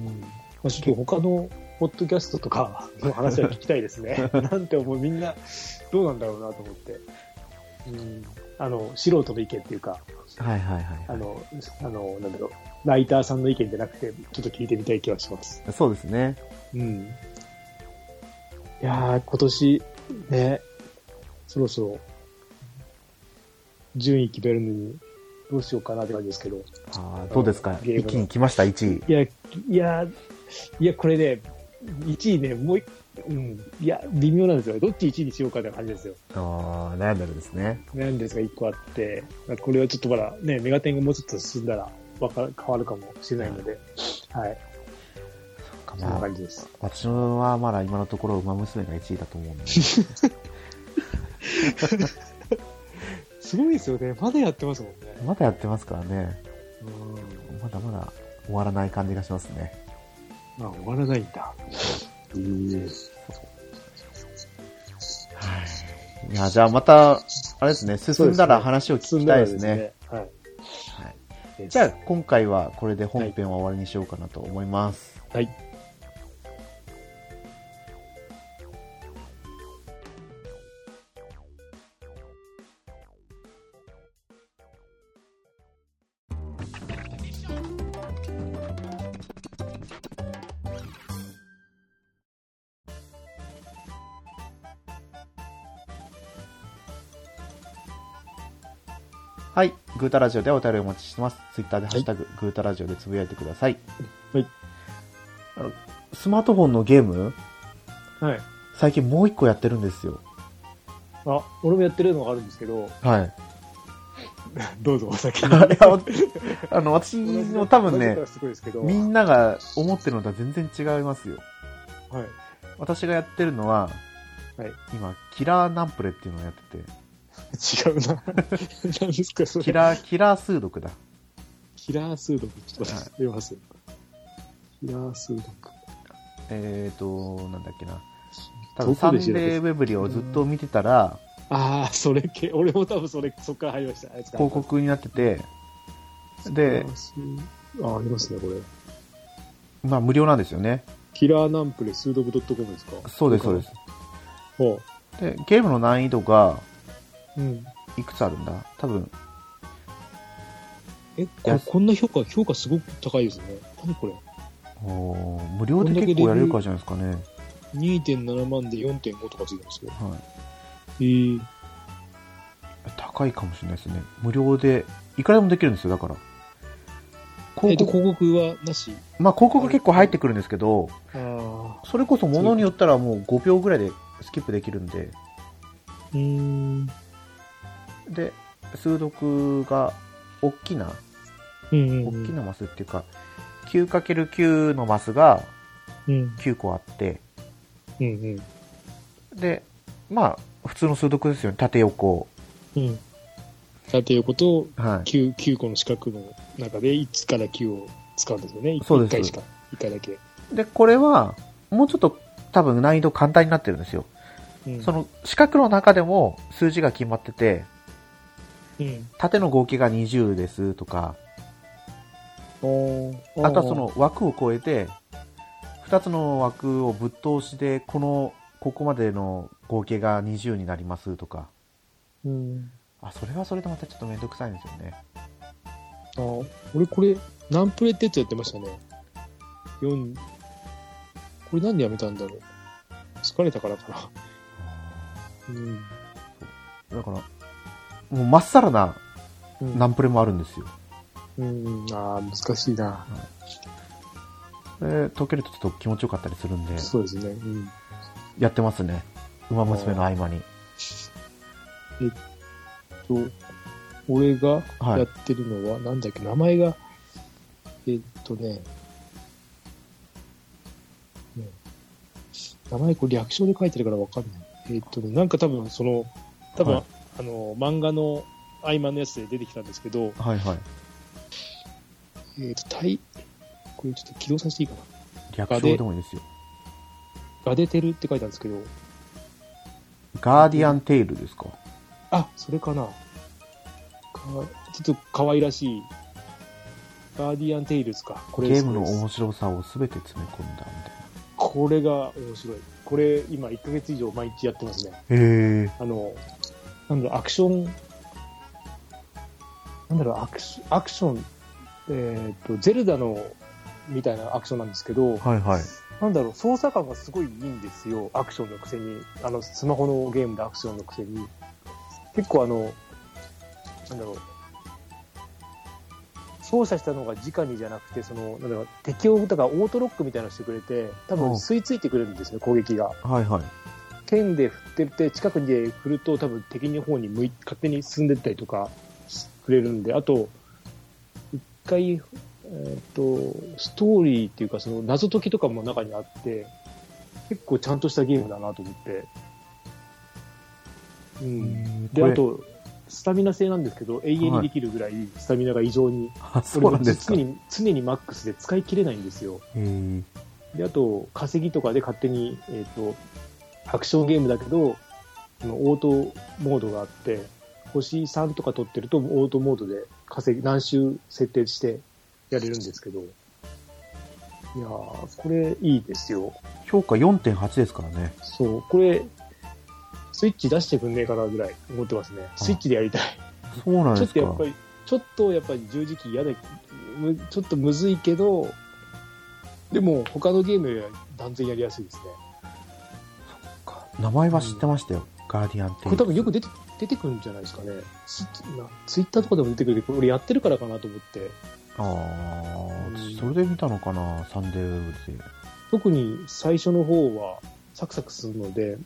Speaker 2: うんまあ、ちょっと他のポッドキャストとか *laughs* の話は聞きたいですね。 *laughs* なんて思う、みんなどうなんだろうなと思って。うん、あの、素人の意見っていうか、
Speaker 1: はいはいはい
Speaker 2: あ
Speaker 1: は
Speaker 2: の、あの、なんだろう、ライターさんの意見じゃなくて、ちょっと聞いてみたい気はします。
Speaker 1: い。そうですね。
Speaker 2: うん。いやー、今年、ね、そろそろ、順位決めるのに、どうしようかなって感じですけど。
Speaker 1: あーどうですか
Speaker 2: ゲーム
Speaker 1: 一
Speaker 2: の
Speaker 1: 気に来ました、1位。
Speaker 2: いや、いや、いや、これね、1位ね、もう一、うん、いや、微妙なんですよ。どっち1位にしようかって感じですよ。
Speaker 1: ああ、悩んでるんですね。
Speaker 2: 悩んでるやつが1個あって、これはちょっとまだ、ね、メガテンがもうちょっと進んだら、わか変わるかもしれないので、はい、そん
Speaker 1: ま
Speaker 2: な
Speaker 1: あ
Speaker 2: 感、じです。
Speaker 1: 私のはまだ今のところ、馬娘が1位だと思う
Speaker 2: *laughs*
Speaker 1: んで。
Speaker 2: すごいですよね。まだやってますもんね。
Speaker 1: まだやってますからね。
Speaker 2: うん。
Speaker 1: まだまだ終わらない感じがしますね。
Speaker 2: まあ、終わらないんだ。
Speaker 1: いや、じゃあまた、あれですね、進んだら話を聞
Speaker 2: 進
Speaker 1: き
Speaker 2: んだ
Speaker 1: たい
Speaker 2: ら
Speaker 1: ですね。。
Speaker 2: はい。
Speaker 1: はい
Speaker 2: です
Speaker 1: じゃあ今回はこれで本編は終わりにしようかなと思います。
Speaker 2: はい。
Speaker 1: はい。グータラジオではお便りお待ちしてます。ツイッターでハッシュタグ、グータラジオでつぶやいてください。
Speaker 2: はい。
Speaker 1: あの、スマートフォンのゲーム、
Speaker 2: はい。
Speaker 1: 最近もう一個やってるんですよ。
Speaker 2: あ、俺もやってるのがあるんですけど、
Speaker 1: はい。
Speaker 2: *laughs* どうぞお
Speaker 1: *laughs*
Speaker 2: 先
Speaker 1: あれは、あ *laughs* の、私の多分ね、
Speaker 2: すごいですけど、
Speaker 1: みんなが思ってるのとは全然違いますよ。
Speaker 2: はい。
Speaker 1: 私がやってるのは、
Speaker 2: はい
Speaker 1: 今、キラーナンプレっていうのをやってて、
Speaker 2: *laughs* 違うな。 *laughs* 何ですか、それ。
Speaker 1: キラ
Speaker 2: *laughs*
Speaker 1: ー、キラー数読だ。
Speaker 2: キラー数読。ちょっと
Speaker 1: はい
Speaker 2: 待って、読ます。キラー数読。
Speaker 1: えーと、なんだっけな。多
Speaker 2: ど
Speaker 1: 分サ
Speaker 2: こ
Speaker 1: ンデ
Speaker 2: で調べ
Speaker 1: ーウェブリをずっと見てたら、
Speaker 2: ああ、それ系。 *laughs* 俺も多分それ、そっから入りました。あいつか
Speaker 1: 広告になってて、で、
Speaker 2: あ、ありますね、これ。
Speaker 1: まあ無料なんですよね。
Speaker 2: キラーナンプレ数読 .com ですか
Speaker 1: そうです、そうです。。
Speaker 2: ほ
Speaker 1: で、ゲームの難易度が、
Speaker 2: う。うん。
Speaker 1: いくつあるんだ多分、
Speaker 2: え、
Speaker 1: いや
Speaker 2: ここんな評価、評価すごく高いですね。何これ
Speaker 1: おー無料で結構やれるからじゃないですかね。
Speaker 2: ?2.7 万で4.5とかついてますよ。
Speaker 1: はい。
Speaker 2: えー、
Speaker 1: 高いかもしれないですね。無料で、いくらでもできるんですよ、だから。
Speaker 2: えっ
Speaker 1: 広
Speaker 2: と、
Speaker 1: 告、
Speaker 2: 広告はなし
Speaker 1: まあ広告結構入ってくるんですけど、
Speaker 2: ああ。
Speaker 1: それこそものによったらもう5秒ぐらいでスキップできるんで、
Speaker 2: うーん。
Speaker 1: で、数読が大きな、
Speaker 2: うんうん、う
Speaker 1: 大
Speaker 2: ん。
Speaker 1: きなマスっていうか、9×9 のマスが
Speaker 2: うん。
Speaker 1: 9個あって、
Speaker 2: うんうん。
Speaker 1: で、まあ、普通の数読ですよね。縦横。
Speaker 2: うん。縦横と
Speaker 1: はい。
Speaker 2: 9、9個の四角の中で1から9を使うんですよね。
Speaker 1: そうです
Speaker 2: 1回しか。1回だけ。
Speaker 1: で、これは、もうちょっと多分難易度簡単になってるんですよ。
Speaker 2: うん。
Speaker 1: その四角の中でも数字が決まってて、
Speaker 2: うん。
Speaker 1: 縦の合計が20ですとか、
Speaker 2: おー
Speaker 1: あとはそ、の枠を超えて、2つの枠をぶっ通しで、この、ここまでの合計が20になりますとか、
Speaker 2: うん。
Speaker 1: あ、それはそれでまたちょっとめんどくさいんですよね。
Speaker 2: あー俺これ、何プレってやつやってましたね。4、これなんでやめたんだろう。疲れたからかな。うん。
Speaker 1: だから、もうまっさらな
Speaker 2: うん
Speaker 1: ナンプレもあるんですよ。
Speaker 2: うん、ああ、難しいな。
Speaker 1: で解けるとちょっと気持ちよかったりするんで、
Speaker 2: そうですね。うん。
Speaker 1: やってますね。馬娘の合間に。
Speaker 2: と、俺が
Speaker 1: は
Speaker 2: や
Speaker 1: い
Speaker 2: っ。てるのは、なんだっけ、名前が、えっとね、ね名前これ略称で書いてるからわかんない。えっとね、なんか多分その、多分、
Speaker 1: はい
Speaker 2: あの、漫画の合間のやつで出てきたんですけど、
Speaker 1: はいはい。
Speaker 2: えっと、タイ、これちょっと起動させていいかな。
Speaker 1: 略称でもいいですよ。
Speaker 2: ガデテルって書いたんですけど、
Speaker 1: ガーディアンテイルですか。
Speaker 2: あ、それかな。かちょっと可愛らしい。ガーディアン・テイルズか。これ
Speaker 1: ゲ
Speaker 2: です
Speaker 1: ームの
Speaker 2: これです
Speaker 1: 面白さを全て詰め込んだみ
Speaker 2: これが面白い。これ、今、1ヶ月以上毎日やってますね。
Speaker 1: たいな。へえ。
Speaker 2: あの、なんだろう、アクション、なんだろう、アクシアクション、えっ、と、ゼルダの、みたいなアクションなんですけど、
Speaker 1: はいはい。
Speaker 2: なんだろう、操作感がすごいいいんですよ。アクションのくせに。あの、スマホのゲームでアクションのくせに。結構あの、なんだろう。操作したのが直にじゃなくて、その、なんだろう、敵を、だからオートロックみたいなのしてくれて、多分
Speaker 1: うん
Speaker 2: 吸い付いてくれるんですね、攻撃が。
Speaker 1: はいはい。
Speaker 2: 剣で振ってて、近くで振ると多分敵の方に向い勝手に進んでったりとかしてくれるんで、あと、一回、えっ、と、ストーリーっていうか、その謎解きとかも中にあって、結構ちゃんとしたゲームだなと思って。うん。で、
Speaker 1: こ
Speaker 2: あ
Speaker 1: れ
Speaker 2: と、スタミナ性なんですけど、永遠にできるぐらいスタミナが異常に、
Speaker 1: あ、そうなんですか。
Speaker 2: 常
Speaker 1: へ
Speaker 2: に常にマックスで使い切れないんですよ。
Speaker 1: え。
Speaker 2: で、あと、稼ぎとかで勝手に、えっ、と、アクションゲームだけど、そのオートモードがあって、星3とか取ってると、オートモードで稼ぎ、何周設定してやれるんですけど、いやー、これいいですよ。
Speaker 1: 評価4.8ですからね。
Speaker 2: そう、これ、スイッチ出してくんねえかなぐらい思ってますね。スイッチでやりたい。
Speaker 1: そうなん
Speaker 2: ちょ
Speaker 1: で
Speaker 2: っ
Speaker 1: す
Speaker 2: と
Speaker 1: か。
Speaker 2: やっぱり、ちょっとやっぱり十字キー嫌だ、むちょっとむずいけど、でも他のゲームよりは断然やりやすいですね。
Speaker 1: 名前は知ってましたよ。ガーディアンテイル。
Speaker 2: これ多分よく出て出てくるんじゃないですかねツイなツイッターとかでも出てくるけど、俺やってるからかなと思って、
Speaker 1: ああ、私それで見たのかな、サンデーウェブで。
Speaker 2: 特に最初の方はサクサクするので、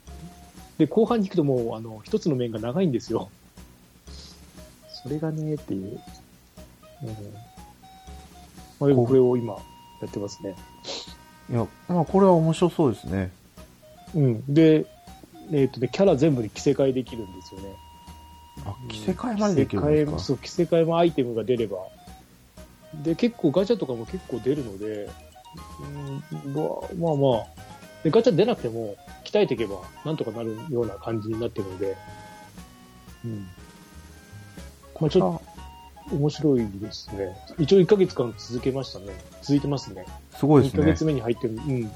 Speaker 2: で、後半に行くともう、あの、一つの面が長いんですよ。それがね、っていう。うん。まあ、でもこれを今、やってますね。
Speaker 1: いや、まあこれは面白そうですね。
Speaker 2: うん。で、えっ、とね、キャラ全部に着せ替えできるんですよね。
Speaker 1: あ、着せ替えまでできるん
Speaker 2: 着せ替
Speaker 1: で
Speaker 2: えも
Speaker 1: すか。
Speaker 2: そう、着せ替えもアイテムが出れば。で、結構ガチャとかも結構出るので、うん、まあまあまあで、ガチャ出なくても、鍛えていけば、なんとかなるような感じになってるので、うん。まあちょっ
Speaker 1: あ
Speaker 2: と面白いですね。一応1ヶ月間続けましたね。続いてますね。
Speaker 1: すごいで
Speaker 2: 2
Speaker 1: す
Speaker 2: ヶ
Speaker 1: ね
Speaker 2: 月。目に入ってる。うん。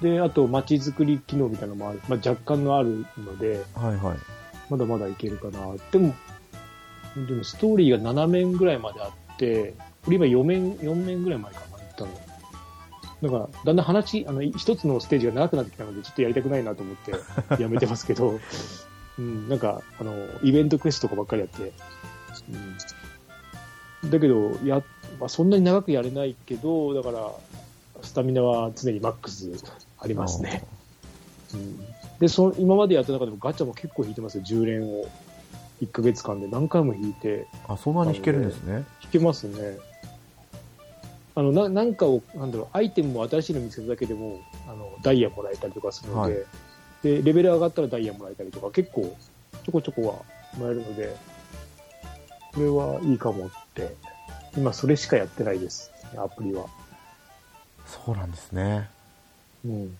Speaker 2: で、あと、街づくり機能みたいなのもある。まあ、若干のあるので、
Speaker 1: はいはい。
Speaker 2: まだまだいけるかな。でも、でもストーリーが7面ぐらいまであって、俺今4面、4面ぐらい前かな、行ったの。だから、だんだん話、あの、一つのステージが長くなってきたので、ちょっとやりたくないなと思って、やめてますけど、うん、なんか、あの、イベントクエストとかばっかりやって、うん。だけど、や、まあ、そんなに長くやれないけど、だから、スタミナは常にマックスありますね。でその今までやった中でもガチャも結構引いてますよ10連を1ヶ月間で何回も引いて
Speaker 1: あ、そんなに弾けるんですね。
Speaker 2: 引けますねあのななんかをなんだろうアイテムも新しいの見つけただけでもあのダイヤもらえたりとかするので、
Speaker 1: は
Speaker 2: で、レベル上がったらダイヤもらえたりとか、結構、ちょこちょこはもらえるので、これはいいかもって、今それしかやってないです、アプリは。
Speaker 1: そうなんですね。
Speaker 2: うん。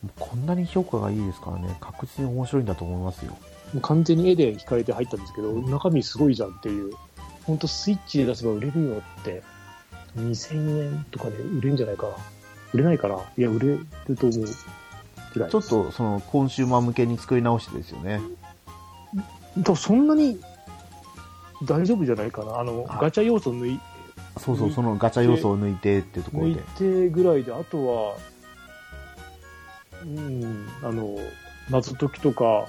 Speaker 1: もうこんなに評価がいいですからね、確実に面白いんだと思いますよ。
Speaker 2: もう完全に絵で惹かれて入ったんですけど、中身すごいじゃんっていう。ほんとスイッチで出せば売れるよって、2000円とかで売れるんじゃないかな。売れないかないや、売れると思うぐらい。
Speaker 1: ちょっと、その、コンシューマー向けに作り直してですよね。
Speaker 2: と、そんなに大丈夫じゃないかな。あの、
Speaker 1: はい
Speaker 2: ガチャ要素抜い
Speaker 1: そうそう、
Speaker 2: 抜いて
Speaker 1: そのガチャ要素を抜いてってところ
Speaker 2: 抜い
Speaker 1: で。
Speaker 2: てぐらいで、あとは、うん、あの、謎解きとか、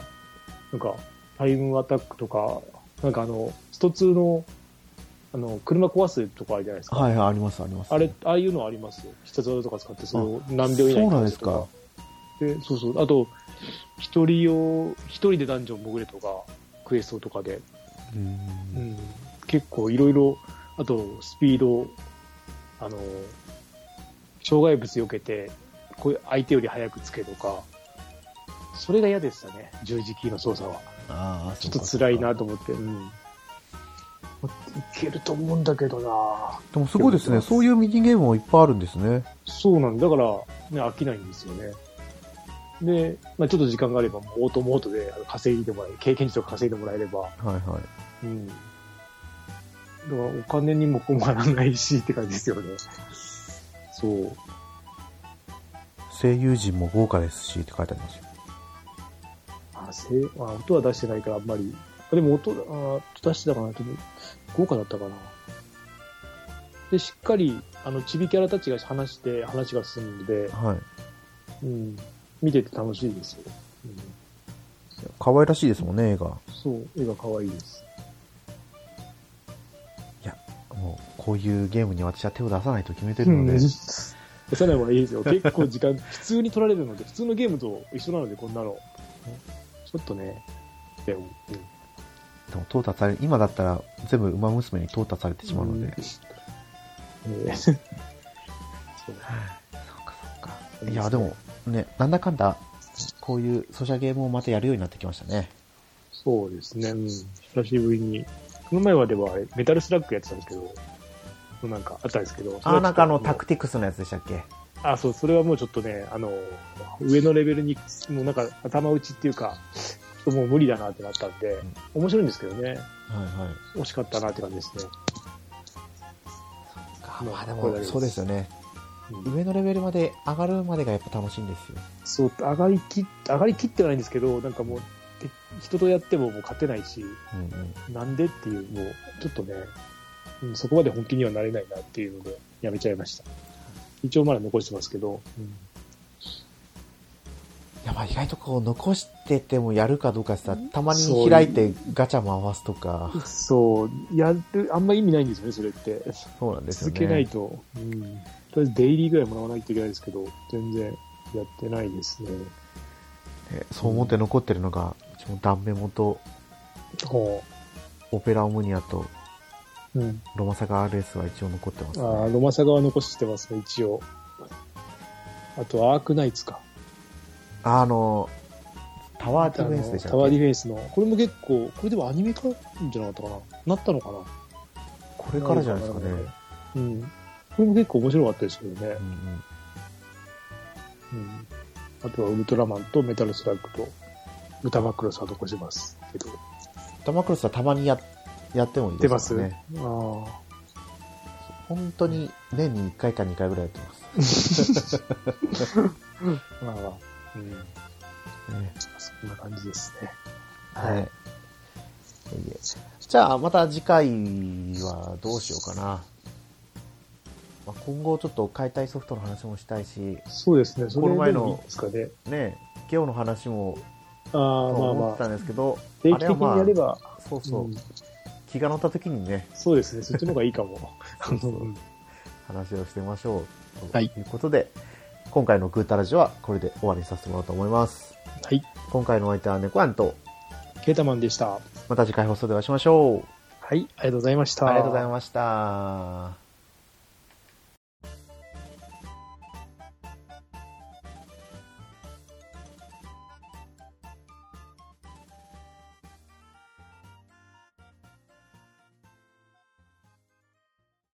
Speaker 2: なんか、タイムアタックとか、なんかあの、スト2の、あの、車壊すとかあるじゃないですか。
Speaker 1: はいはい、あります、あります。
Speaker 2: あれ、ああいうのありますよ。必殺技とか使って、それを何秒以内
Speaker 1: そうな
Speaker 2: に
Speaker 1: ん
Speaker 2: 倒
Speaker 1: ですす
Speaker 2: とか
Speaker 1: か。。
Speaker 2: で、そうそう。あと、一人用、一人でダンジョン潜れとか、クエストとかで、
Speaker 1: う。
Speaker 2: うんん、結構いろいろ、あと、スピード、あの、障害物避けて、こういう相手より早くつけとか、それが嫌でしたね、十字キーの操作は。
Speaker 1: ああ、そ
Speaker 2: ちょ
Speaker 1: う
Speaker 2: っ
Speaker 1: か
Speaker 2: と辛いな。と思って、うん。いけると思うんだけどな
Speaker 1: でもすごいですね、そういうミニゲームもいっぱいあるんですね。
Speaker 2: そうなんだ。だから、ね、飽きないんですよね。で、まあ、ちょっと時間があれば、もうオートモートであの稼いでもらえ、経験値とか稼いでもらえれば、
Speaker 1: はいはい。
Speaker 2: うん。だから、お金にも困らないし、って感じですよね。そう。
Speaker 1: 声優陣も豪華ですしって書いてありますよ。
Speaker 2: あ、せあ音は出してないから、あんまり。あでも音、あ出してたかな、でも、豪華だったかな。で、しっかり、あの、ちびキャラたちが話して、話が進むので、
Speaker 1: はい。
Speaker 2: うん。見てて楽しいですよ。うん
Speaker 1: 可愛らしいですもんね、映画。
Speaker 2: そう、絵が可愛いです。
Speaker 1: もう、こういうゲームに私は手を出さないと決めてるので。
Speaker 2: 出さない方がいいですよ。結構時間、普通に取られるので、普通のゲームと一緒なので、こんなの。ちょっとね、でもうん
Speaker 1: でも、淘汰され、今だったら全部馬娘に淘汰されてしまうので。
Speaker 2: んえーそう
Speaker 1: そうかそう
Speaker 2: いいですね
Speaker 1: いや、でも、ね、なんだかんだ、こういうソシャゲームをまたやるようになってきましたね。
Speaker 2: そうですね、うん。久しぶりに。この前はでは、あれメタルスラックやってたんですけど、なんかあったんですけど。
Speaker 1: あ、なんかあの、タ
Speaker 2: たく
Speaker 1: クティクスのやつでしたっけ
Speaker 2: あ、そう、それはもうちょっとね、あの、上のレベルに、もうなんか頭打ちっていうか、ちょっともう無理だなってなったんで、面白いんですけどね、
Speaker 1: はいはい。
Speaker 2: 惜しかったなって感じですね。
Speaker 1: あ、で
Speaker 2: これだ
Speaker 1: も、
Speaker 2: け
Speaker 1: そうですよね。
Speaker 2: うん
Speaker 1: 上のレベルまで上がるまでがやっぱ楽しいんですよ。
Speaker 2: そう、上がりきっ、上がりきってはないんですけど、なんかもう、て人とやってももう勝てないし、
Speaker 1: うんうん。
Speaker 2: なんでっていう、もう、ちょっとね、うんそこまで本気にはなれないなっていうので、やめちゃいました。一応まだ残してますけど、
Speaker 1: いや、まあ意外とこう、残しててもやるかどうかさ、たま
Speaker 2: そうい
Speaker 1: に
Speaker 2: う
Speaker 1: 開いてガチャ回すとか、
Speaker 2: そう、やる、あんま意味ないんですよね、それって。
Speaker 1: そうなんですよ
Speaker 2: 続
Speaker 1: ね。
Speaker 2: けないと、うん。とりあえずデイリーぐらいもらわないといけないですけど、全然やってないですね。
Speaker 1: えそう思って残ってるのが、うちもダンメモと、
Speaker 2: ほ
Speaker 1: オペラオムニアと、
Speaker 2: う。うん。
Speaker 1: ロマサガ RS は一応残ってます、ね。
Speaker 2: ああ、ロマサガは残してますね、一応。あと、アークナイツか。
Speaker 1: あの、タワーディフェンスでした
Speaker 2: あのタワーディ
Speaker 1: フ
Speaker 2: フェンスの。これも結構、これでもアニメ化じゃなかったかななったのかな
Speaker 1: これからじゃないですかね。
Speaker 2: うん。これも結構面白かったですけどね
Speaker 1: う。んうん
Speaker 2: うん。あとはウルトラマンとメタルスラッグと、歌マクロスは残しますけど。
Speaker 1: ダマクロスはたまにややってもいい
Speaker 2: 出
Speaker 1: で
Speaker 2: ます
Speaker 1: すね。
Speaker 2: ああ。
Speaker 1: 本当に年に1回か2回ぐらいやってます。
Speaker 2: まあまあ。うん。
Speaker 1: ね
Speaker 2: そんな感じですね。
Speaker 1: はい。いえいえじゃあ、また次回はどうしようかな。まあ、今後ちょっと解体ソフトの話もしたいし、
Speaker 2: そうですね。それ
Speaker 1: この前
Speaker 2: で
Speaker 1: の
Speaker 2: もいいですかね。
Speaker 1: ね、ゲオの話も
Speaker 2: ああ、まあ
Speaker 1: 思
Speaker 2: ま
Speaker 1: ってた
Speaker 2: あ。
Speaker 1: んですけど、
Speaker 2: 定
Speaker 1: あ
Speaker 2: 期
Speaker 1: れ
Speaker 2: 的
Speaker 1: は
Speaker 2: にやれば、
Speaker 1: まあ、そうそう、
Speaker 2: うん
Speaker 1: 気が乗った時にね、
Speaker 2: そうですね。そっちの方がいいか
Speaker 1: *laughs*
Speaker 2: も。
Speaker 1: そうそう
Speaker 2: うん
Speaker 1: 話をしてみましょう。と
Speaker 2: はい
Speaker 1: いうことで、今回のグータラジオはこれで終わりにさせてもらおうと思います。
Speaker 2: はい。
Speaker 1: 今回のお相手はネコアンと、
Speaker 2: ケータマンでした。
Speaker 1: また次回放送でお会いしましょう。
Speaker 2: はい。ありがとうございました。
Speaker 1: ありがとうございました。